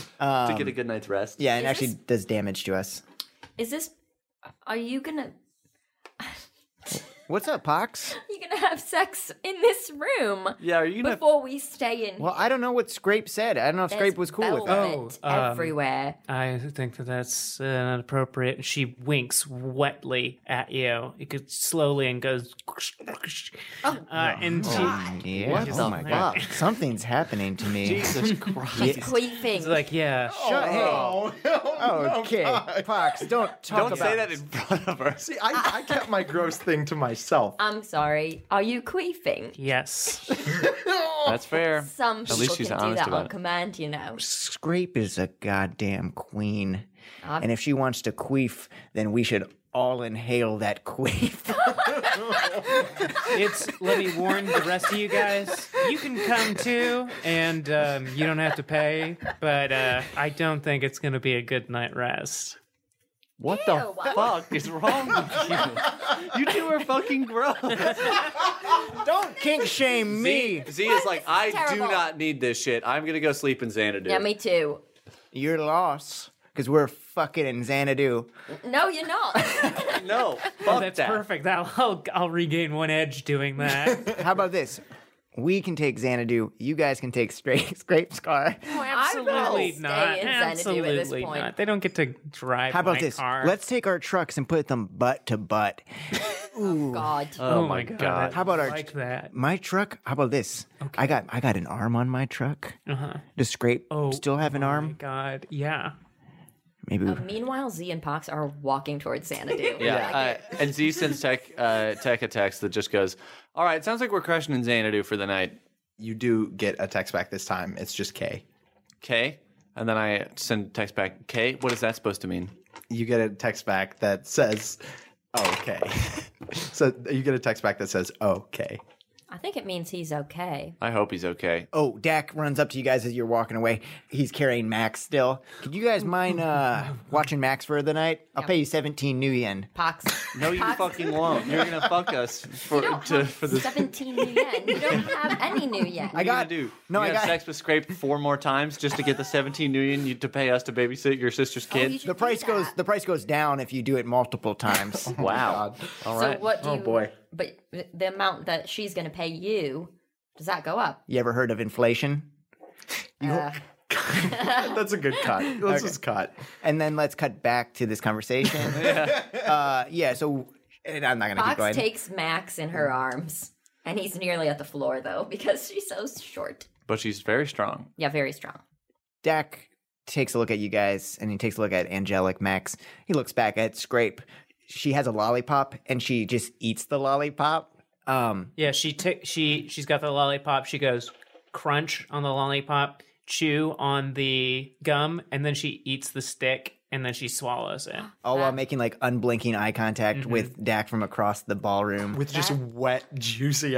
E: to get a good night's rest.
C: Yeah, and
F: Is
C: actually
F: this-
C: does damage to us.
F: Is this? Are you gonna?
C: What's up, Pox?
F: You gonna have sex in this room?
E: Yeah, are you gonna
F: Before we stay in.
C: Well, I don't know what Scrape said. I don't know if Scrape was cool with
H: Oh.
C: that.
F: velvet everywhere.
G: I think that that's uh, not appropriate. She winks wetly at you. It goes slowly and goes.
F: Oh.
G: uh, and she,
C: Yeah. oh my god. Something's happening to me.
E: Jesus Christ.
F: She's queefing.
G: it's like, yeah.
F: Oh.
C: Shut- hey.
D: Oh,
C: Oh, okay. Pox, don't talk
E: Don't
C: about
E: say that in front of her.
D: See, I, I kept my gross thing to myself.
F: I'm sorry. Are you queefing?
G: Yes.
E: That's fair.
F: Some people
E: least she's
F: can do
E: honest
F: that
E: about
F: on
E: it.
F: command, you know.
C: Scrape is a goddamn queen.
F: I'm-
C: And if she wants to queef, then we should all inhale that queef.
G: It's let me warn the rest of you guys. You can come too, and um, you don't have to pay. But uh, I don't think it's going to be a good night rest.
E: What the fuck is wrong with you? You two are fucking gross.
C: Don't kink shame me.
E: Z is like, I do
F: terrible.
E: not need this shit. I'm gonna go sleep in Xanadu.
F: Yeah, me too.
C: You're lost because we're fucking in Xanadu.
F: No, you're not.
G: Oh,
E: no, fuck
G: That's
E: that.
G: perfect. I'll, I'll I'll regain one edge doing that.
C: How about this? We can take Xanadu. You guys can take straight scrape scar.
G: Absolutely
F: stay
G: not.
F: in Xanadu
G: Absolutely
F: at this point.
G: not. They don't get to drive
C: How about
G: my
C: this?
G: car.
C: Let's take our trucks and put them butt to butt.
F: God.
E: Uh.
G: oh, my god.
C: How about
G: I
C: our
G: like that?
C: my truck? How about this? I got I got an arm on my truck. Uh-huh. Does scrape still have an
G: My
C: arm?
G: god. Yeah.
C: Maybe. we-
F: Meanwhile, Z and Pox are walking towards Xanadu.
E: Yeah, uh, and Z sends tech uh, tech a text that just goes, "All right, sounds like we're crashing in Xanadu for the night."
D: You do get a text back this time. It's just K.
E: K, and then I send text back, "K, what is that supposed to mean?"
D: You get a text back that says, "Okay." so you get a text back that says, "Oh, "Okay."
F: I think it means he's okay.
E: I hope he's okay.
C: Oh, Dak runs up to you guys as you're walking away. He's carrying Max still. Could you guys mind uh, watching Max for the night? I'll pay you 17 new yen.
F: Pox.
E: No, you fucking won't. You're gonna fuck us for
F: You don't
E: to,
F: have
E: for this.
F: 17 new yen. You don't have any new yen.
C: I got
E: do.
C: No,
E: you
C: I
E: have
C: got
E: sex with Scrape four more times just to get the 17 million you to pay us to babysit your sister's
F: Oh, you
E: kid.
F: should
C: the
F: do
C: price goes
F: that.
C: the price goes down if you do it multiple times.
E: wow. All
F: so
E: right.
F: what do
D: Oh,
F: you,
D: boy.
F: But th- the amount that she's going to pay you, does that go up?
C: you ever heard of inflation?
F: Uh,
D: That's a good cut. Let's just cut.
C: And then let's cut back to this conversation. yeah. Uh, yeah. So, and I'm not gonna keep going.
F: Fox takes Max in her arms, and he's nearly at the floor though because she's so short.
E: But she's very strong.
F: Yeah, very strong.
C: Dak takes a look at you guys, and he takes a look at Angelic Max. He looks back at Scrape. She has a lollipop, and she just eats the lollipop. Um,
G: Yeah. She t- she she's got the lollipop. She goes crunch on the lollipop, chew on the gum, and then she eats the stick, and then she swallows it.
C: all while making like unblinking eye contact with Dak from across the ballroom.
D: With just wet, juicy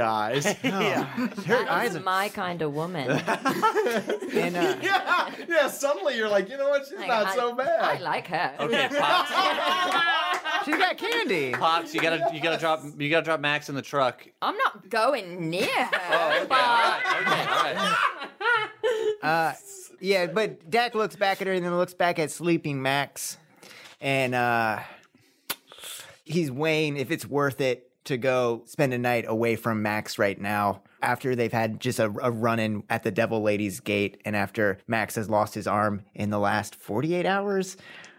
D: eyes. yeah.
F: That is my kind of woman. Like,
C: and, uh,
D: yeah. Suddenly you're like, you know what? She's
F: I- I like her.
E: Okay, pops,
C: she's got candy.
E: pops, you gotta you gotta drop you gotta drop Max in the truck.
F: I'm not going near her.
E: Oh, Okay, all right, okay, all right.
C: Uh, Yeah, but Dak looks back at her and then looks back at sleeping Max, and uh, he's weighing if it's worth it to go spend a night away from Max right now after they've had just a, a run in at the Devil Lady's Gate, and after Max has lost his arm in the last forty eight hours.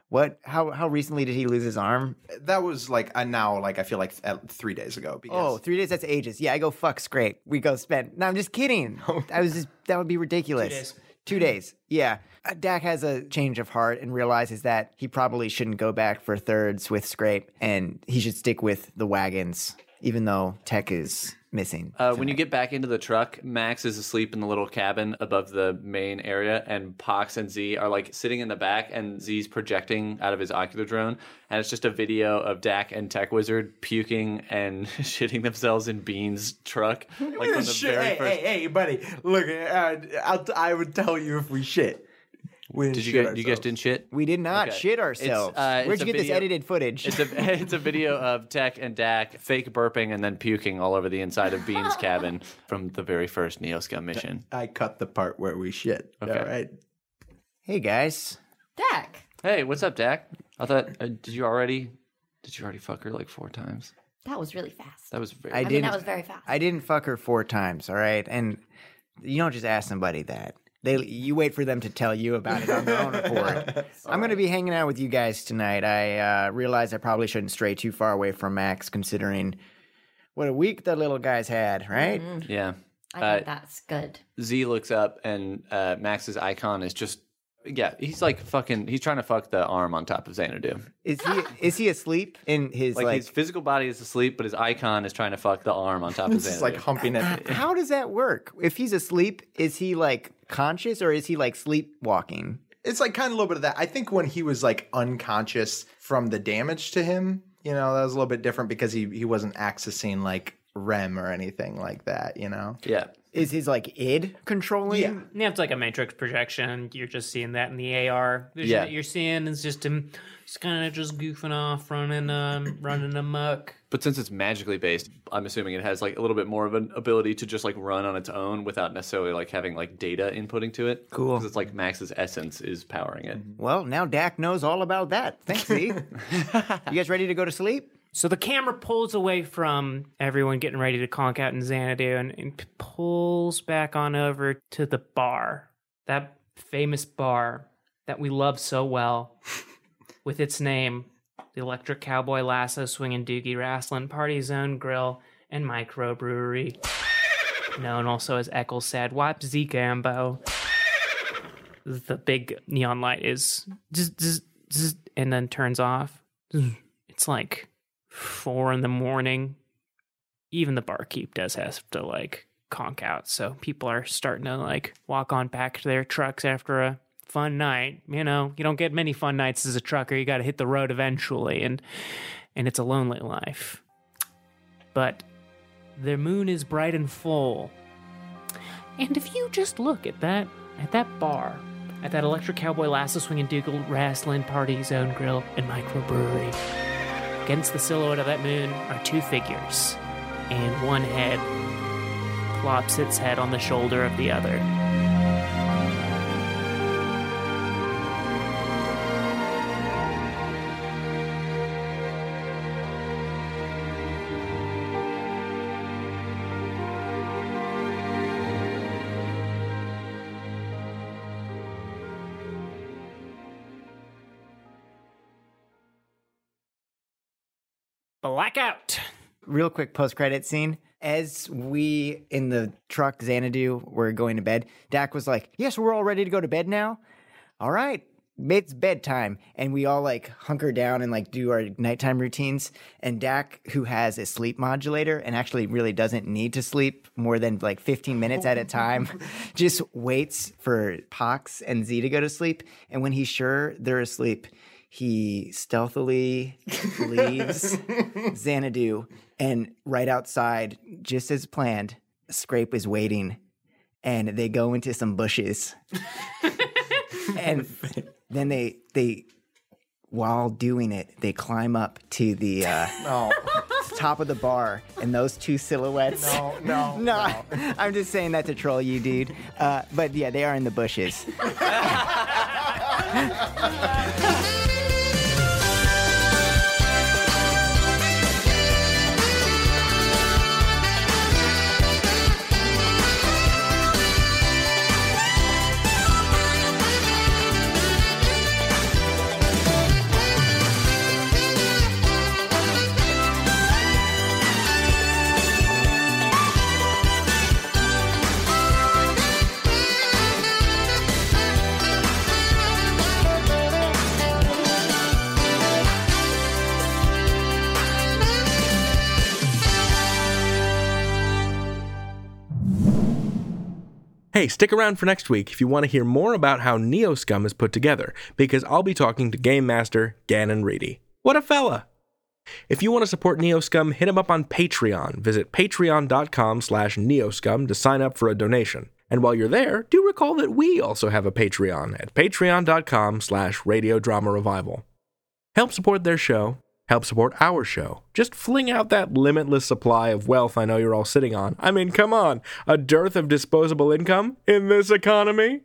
C: What? How how recently did he lose his arm?
D: That was like a now, like I feel like uh, three days ago.
C: Oh,
D: Because
C: three days. That's ages. Yeah, I go fuck scrape. We go spend. No, I'm just kidding. I was just that would be ridiculous. Two days. Yeah. Uh, Dak has a change of heart and realizes that he probably shouldn't go back for thirds with scrape, and he should stick with the wagons, even though Tech is missing.
E: Uh, when you get back into the truck, Max is asleep in the little cabin above the main area, and Pox and Z are like sitting in the back, and Z's projecting out of his ocular drone, and it's just a video of Dak and Tech Wizard puking and shitting themselves in Bean's truck, like from the
D: Oh, Shit,
E: very first.
D: hey, buddy, look, uh, I'll t- I would tell you if we shit. We
E: Did you guys? You guys didn't shit.
C: we did not
E: Okay.
C: shit
E: It's,
C: ourselves.
E: uh,
C: Where'd
E: it's
C: you
E: a
C: get this
E: video-
C: edited footage?
E: It's a it's a video of Tech and Dak fake burping and then puking all over the inside of Bean's cabin from the very first Neoscum mission.
D: I cut the part where we shit.
E: Okay.
D: All right.
C: hey guys,
F: Dak,
E: Hey, what's up, Dak? I thought uh, did you already did you already fuck her like four times?
F: that was really fast.
E: That was very.
C: I
F: I mean, that
C: didn't.
F: was very fast.
C: I didn't fuck her four times, all right? And you don't just ask somebody that. They you wait for them to tell you about it on their own accord. I'm going to be hanging out with you guys tonight. I uh, realize I probably shouldn't stray too far away from Max considering what a week the little guy's had, right?
E: yeah.
F: I
E: uh,
F: think that's good.
E: Z looks up and uh, Max's icon is just yeah. He's like fucking. He's trying to fuck the arm on top of Xanadu.
C: Is he is he asleep in his
E: Like,
C: like,
E: his physical body is asleep, but his icon is trying to fuck the arm on top of
D: This is
E: Xanadu.
D: like humping it.
C: How does that work? If he's asleep, is he like conscious or is he like sleepwalking?
D: It's like kind of a little bit of that. I think when he was like unconscious from the damage to him, you know, that was a little bit different because he he wasn't accessing like REM or anything like that, you know?
E: Yeah.
C: Is his like id controlling?
D: Yeah.
G: Yeah, it's like a matrix projection. You're just seeing that in the AR vision
E: Yeah.
G: that you're seeing. is just him, just kind of just goofing off, running, um, running amok.
E: But since it's magically based, I'm assuming it has like a little bit more of an ability to just like run on its own without necessarily like having like data inputting to it. Cool. Because it's like Max's essence is powering it.
C: Well, now Dak knows all about that. Thanks, E. you guys ready to go to sleep?
G: So the camera pulls away from everyone getting ready to conk out in Xanadu and, and p- pulls back on over to the bar. That famous bar that we love so well with its name, the Electric Cowboy Lasso Swinging Doogie Wrestling Party Zone Grill and Microbrewery. Known also as Eccles Sad Wap Zeke Ambo. The big neon light is zzz, zzz, zzz, and then turns off. It's like four in the morning, even the barkeep does have to like conk out. So people are starting to like walk on back to their trucks after a fun night. You know, you don't get many fun nights as a trucker. You got to hit the road eventually, and and it's a lonely life. But the moon is bright and full, and if you just look at that at that bar. At that electric cowboy lasso swinging dugal wrestling party zone grill and microbrewery. Against the silhouette of that moon are two figures, and one head plops its head on the shoulder of the other. Blackout!
C: Real quick post credit scene. As we in the truck Xanadu were going to bed, Dak was like, Yes, we're all ready to go to bed now. All right. It's bedtime. And we all like hunker down and like do our nighttime routines. And Dak, who has a sleep modulator and actually really doesn't need to sleep more than like 15 minutes at a time, just waits for Pox and Z to go to sleep. And when he's sure they're asleep, he stealthily leaves Xanadu and right outside, just as planned, Scrape is waiting and they go into some bushes. and then they they while doing it, they climb up to the uh,
D: No,
C: top of the bar and those two silhouettes.
D: no, no.
C: No, I'm just saying that to troll you, dude. Uh, but yeah, they are in the bushes.
A: Hey, stick around for next week if you want to hear more about how Neo Scum is put together, because I'll be talking to Game Master Gannon Reedy. What a fella! If you want to support NeoScum, hit him up on Patreon. Visit patreon.com slash neoscum to sign up for a donation. And while you're there, do recall that we also have a Patreon at patreon.com slash radiodrama revival. Help support their show. Help support our show. Just fling out that limitless supply of wealth I know you're all sitting on. I mean, come on, a dearth of disposable income in this economy?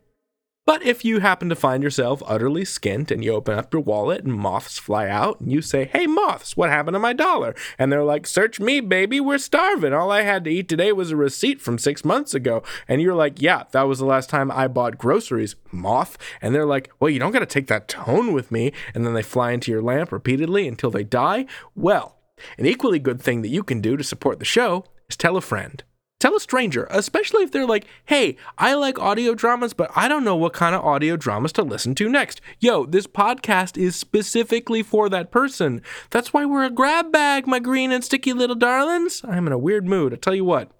A: But if you happen to find yourself utterly skint and you open up your wallet and moths fly out and you say, Hey, moths, what happened to my dollar? And they're like, Search me, baby, we're starving. All I had to eat today was a receipt from six months ago. And you're like, Yeah, that was the last time I bought groceries, moth. And they're like, Well, you don't got to take that tone with me. And then they fly into your lamp repeatedly until they die. Well, an equally good thing that you can do to support the show is tell a friend. Tell a stranger, especially if they're like, hey, I like audio dramas, but I don't know what kind of audio dramas to listen to next. Yo, this podcast is specifically for that person. That's why we're a grab bag, my green and sticky little darlings. I'm in a weird mood, I tell you what.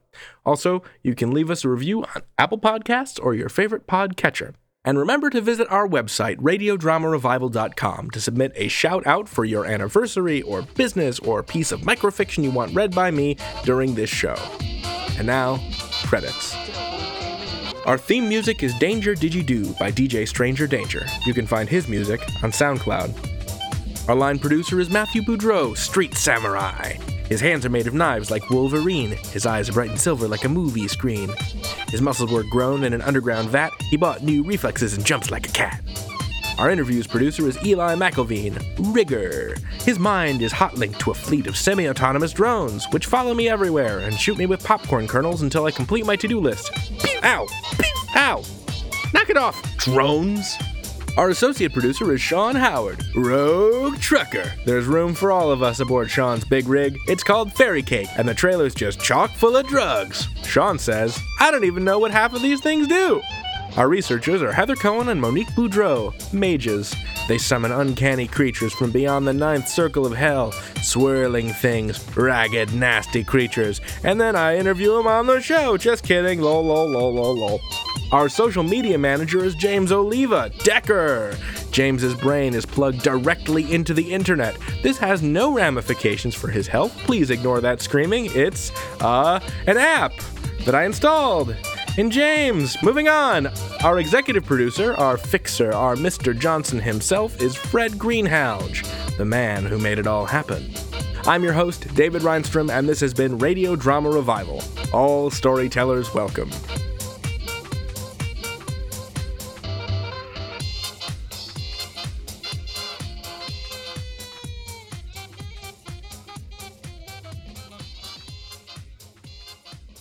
A: Also, you can leave us a review on Apple Podcasts or your favorite podcatcher. And remember to visit our website, radiodramarevival.com, to submit a shout out for your anniversary or business or piece of microfiction you want read by me during this show. And now, credits. Our theme music is Danger Did You Do by DJ Stranger Danger. You can find his music on SoundCloud. Our line producer is Matthew Boudreau, Street Samurai. His hands are made of knives like Wolverine. His eyes are bright and silver like a movie screen. His muscles were grown in an underground vat. He bought new reflexes and jumps like a cat. Our interview's producer is Eli McElveen, Rigger. His mind is hot linked to a fleet of semi autonomous drones, which follow me everywhere and shoot me with popcorn kernels until I complete my to do list. Pew! Ow! Pew! Ow! Knock it off, drones! Our associate producer is Sean Howard, Rogue Trucker. There's room for all of us aboard Sean's big rig. It's called Fairy Cake, and the trailer's just chock full of drugs. Sean says, I don't even know what half of these things do. Our researchers are Heather Cohen and Monique Boudreau, mages. They summon uncanny creatures from beyond the ninth circle of hell, swirling things, ragged, nasty creatures, and then I interview them on the show. Just kidding, lol, lol, lol, lol, lol. Our social media manager is James Oliva Decker. James's brain is plugged directly into the internet. This has no ramifications for his health. Please ignore that screaming. It's uh an app that I installed. And James, moving on. Our executive producer, our fixer, our Mr. Johnson himself is Fred Greenhalge, the man who made it all happen. I'm your host, David Reinstrom, and this has been Radio Drama Revival. All storytellers welcome.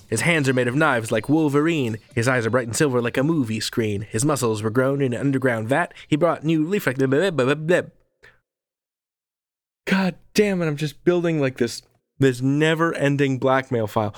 A: His hands are made of knives like Wolverine. His eyes are bright and silver like a movie screen. His muscles were grown in an underground vat. He brought new reflex. bleh, bleh, bleh, bleh, bleh. God damn it! I'm just building like this this never-ending blackmail file.